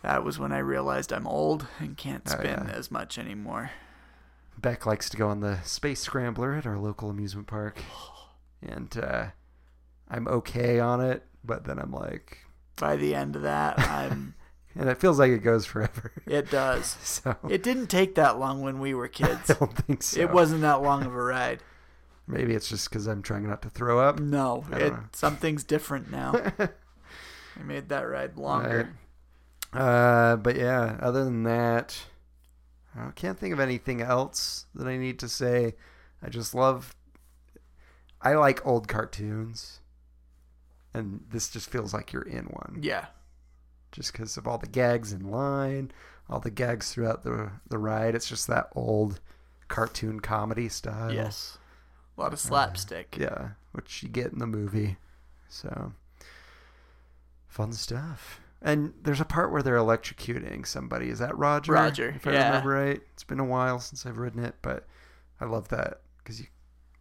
Speaker 6: that was when I realized I'm old and can't
Speaker 5: Oh,
Speaker 6: spin
Speaker 5: yeah.
Speaker 6: as much anymore.
Speaker 5: Beck likes to go on the space scrambler at our local amusement
Speaker 6: [SIGHS]
Speaker 5: park, and uh, I'm okay on it, but then I'm like,
Speaker 6: By the end of that, I'm
Speaker 5: and it feels like it goes forever. [LAUGHS]
Speaker 6: it does.
Speaker 5: so
Speaker 6: It didn't take that long when we were kids.
Speaker 5: I don't think so.
Speaker 6: It wasn't that long of a
Speaker 5: [LAUGHS]
Speaker 6: ride.
Speaker 5: Maybe it's just because I'm trying not to throw up.
Speaker 6: No,
Speaker 5: I don't
Speaker 6: it,
Speaker 5: know.
Speaker 6: something's different now.
Speaker 5: [LAUGHS]
Speaker 6: I made that ride longer.
Speaker 5: Right. Uh, but yeah, other than that, I can't think of anything else that I need to say. I just love. I like old cartoons, and this just feels like you're in one,
Speaker 6: Yeah,
Speaker 5: just because of all the gags in line, all the gags throughout the the ride. It's just that old cartoon comedy style.
Speaker 6: yes, a lot of slapstick.
Speaker 5: Yeah, which uh, you get in the movie. So fun stuff. And there's a part where they're electrocuting somebody. Is that Roger?
Speaker 6: Roger,
Speaker 5: If I
Speaker 6: yeah.
Speaker 5: remember right. It's been a while since I've ridden it, but I love that because you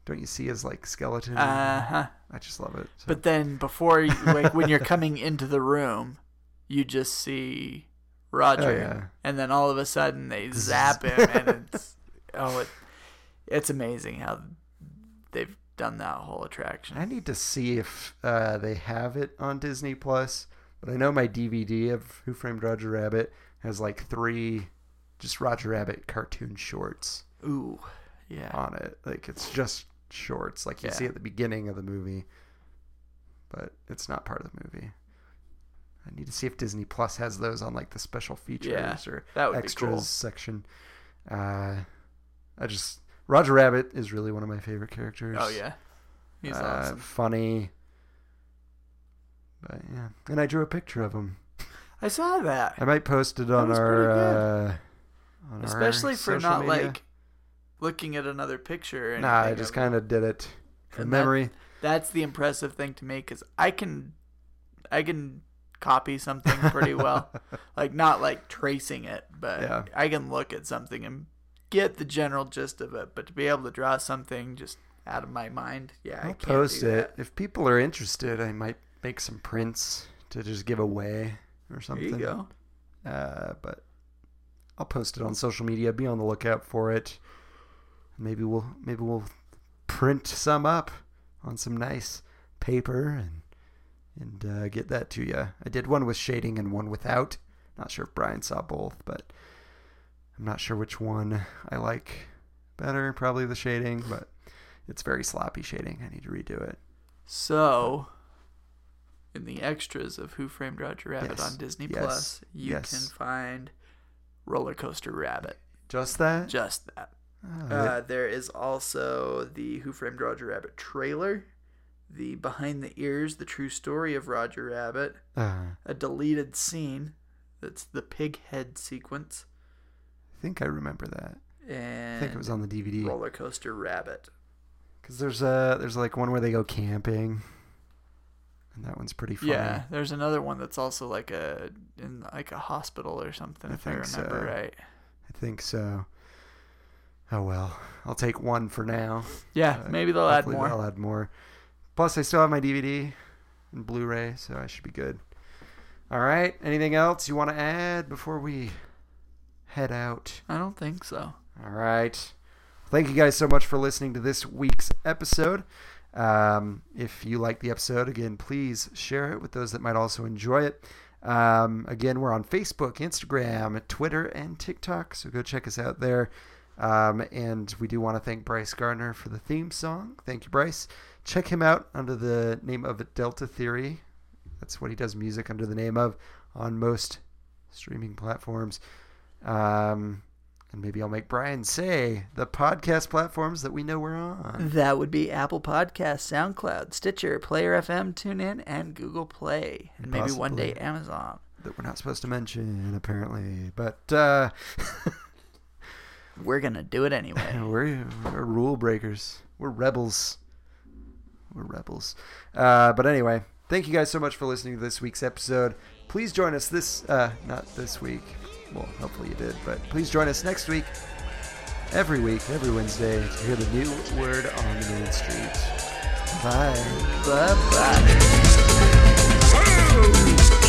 Speaker 5: don't you see his like skeleton.
Speaker 6: Uh huh.
Speaker 5: I just love it. So.
Speaker 6: But then before, you, like when you're coming into the room, you just see Roger,
Speaker 5: Oh, yeah.
Speaker 6: and then all of a sudden they
Speaker 5: [LAUGHS]
Speaker 6: zap him, and it's oh, it, it's amazing how they've done that whole attraction.
Speaker 5: I need to see if uh, they have it on Disney Plus. But I know my DVD of Who Framed Roger Rabbit has like three just Roger Rabbit cartoon shorts.
Speaker 6: Ooh, yeah,
Speaker 5: on it. Like it's just shorts, like you
Speaker 6: Yeah.
Speaker 5: see at the beginning of the movie, but it's not part of the movie. I need to see if Disney Plus has those on like the special features or
Speaker 6: that would be
Speaker 5: extras
Speaker 6: cool.
Speaker 5: section. Uh, I just Roger Rabbit is really one of my favorite characters.
Speaker 6: oh yeah, he's
Speaker 5: Uh,
Speaker 6: awesome.
Speaker 5: funny. But yeah, and I drew a picture of him.
Speaker 6: I saw that,
Speaker 5: I might post it on
Speaker 6: was
Speaker 5: our,
Speaker 6: pretty good.
Speaker 5: uh, on our
Speaker 6: especially for
Speaker 5: social
Speaker 6: not
Speaker 5: media.
Speaker 6: like looking at another picture. Or
Speaker 5: Nah, I
Speaker 6: anything
Speaker 5: just
Speaker 6: of it.
Speaker 5: kind of did it from
Speaker 6: And that-
Speaker 5: memory.
Speaker 6: that's the impressive thing to me because I can, I can copy something
Speaker 5: [LAUGHS]
Speaker 6: pretty well, like not like tracing it, but
Speaker 5: Yeah.
Speaker 6: I can look at something and get the general gist of it. But to be able to draw something just out of my mind, yeah, [LAUGHS] I
Speaker 5: I'll
Speaker 6: can't
Speaker 5: post
Speaker 6: do
Speaker 5: it.
Speaker 6: that.
Speaker 5: If people are interested, I might make some prints to just give away or
Speaker 6: There
Speaker 5: something.
Speaker 6: you go.
Speaker 5: Uh, but I'll post it on social media. Be on the lookout for it. Maybe we'll maybe we'll print some up on some nice paper and and uh, get that to you. I did one with shading and one without. Not sure if Brian saw both, but I'm not sure which one I like better. Probably the shading, but it's very sloppy shading. I need to redo it.
Speaker 6: So, in the extras of Who Framed Roger Rabbit
Speaker 5: Yes.
Speaker 6: on Disney
Speaker 5: Yes.
Speaker 6: Plus, you
Speaker 5: Yes.
Speaker 6: can find Roller Coaster Rabbit.
Speaker 5: Just that?
Speaker 6: Just that.
Speaker 5: Oh,
Speaker 6: Uh, there is also the Who Framed Roger Rabbit trailer, the Behind the Ears, the true story of Roger Rabbit,
Speaker 5: yeah. Uh,
Speaker 6: a deleted scene that's the pig head sequence,
Speaker 5: I think I remember that.
Speaker 6: and
Speaker 5: I think it was on the DVD.
Speaker 6: Roller Coaster Rabbit.
Speaker 5: Because there's a there's like one where they go camping, and that one's pretty funny.
Speaker 6: Yeah, there's another one that's also like a in like a hospital or something,
Speaker 5: I
Speaker 6: if I
Speaker 5: think
Speaker 6: remember
Speaker 5: so.
Speaker 6: right.
Speaker 5: I think so. Oh well, I'll take one for now.
Speaker 6: Yeah,
Speaker 5: Uh,
Speaker 6: maybe they'll add
Speaker 5: Hopefully
Speaker 6: more.
Speaker 5: I'll add more. Plus, I still have my DVD and Blu-ray, so I should be good. All right. Anything else you want to add before we head out?
Speaker 6: I don't think so.
Speaker 5: All right. Thank you guys so much for listening to this week's episode. Um, if you like the episode, again, please share it with those that might also enjoy it. Um, again, we're on Facebook, Instagram, Twitter, and TikTok, so go check us out there. Um, and we do want to thank Bryce Gardner for the theme song. Thank you, Bryce. Check him out under the name of Delta Theory. That's what he does music under the name of on most streaming platforms. Um, and maybe I'll make Brian say the podcast platforms that we know we're on.
Speaker 6: That would be Apple Podcasts, SoundCloud, Stitcher, Player FM, TuneIn, and Google Play, and maybe one day
Speaker 5: Possibly.
Speaker 6: Amazon.
Speaker 5: That we're not supposed to mention, apparently. But uh, [LAUGHS]
Speaker 6: We're gonna do
Speaker 5: [LAUGHS]
Speaker 6: it anyway.
Speaker 5: we're, we're rule breakers. We're rebels. We're rebels. Uh, but anyway, thank you guys so much for listening to this week's episode. Please join us this, uh, not this week. Well, hopefully you did, but please join us next week, every week, every Wednesday, to hear the new word on the main street. Bye.
Speaker 6: bye bye.
Speaker 2: Boom!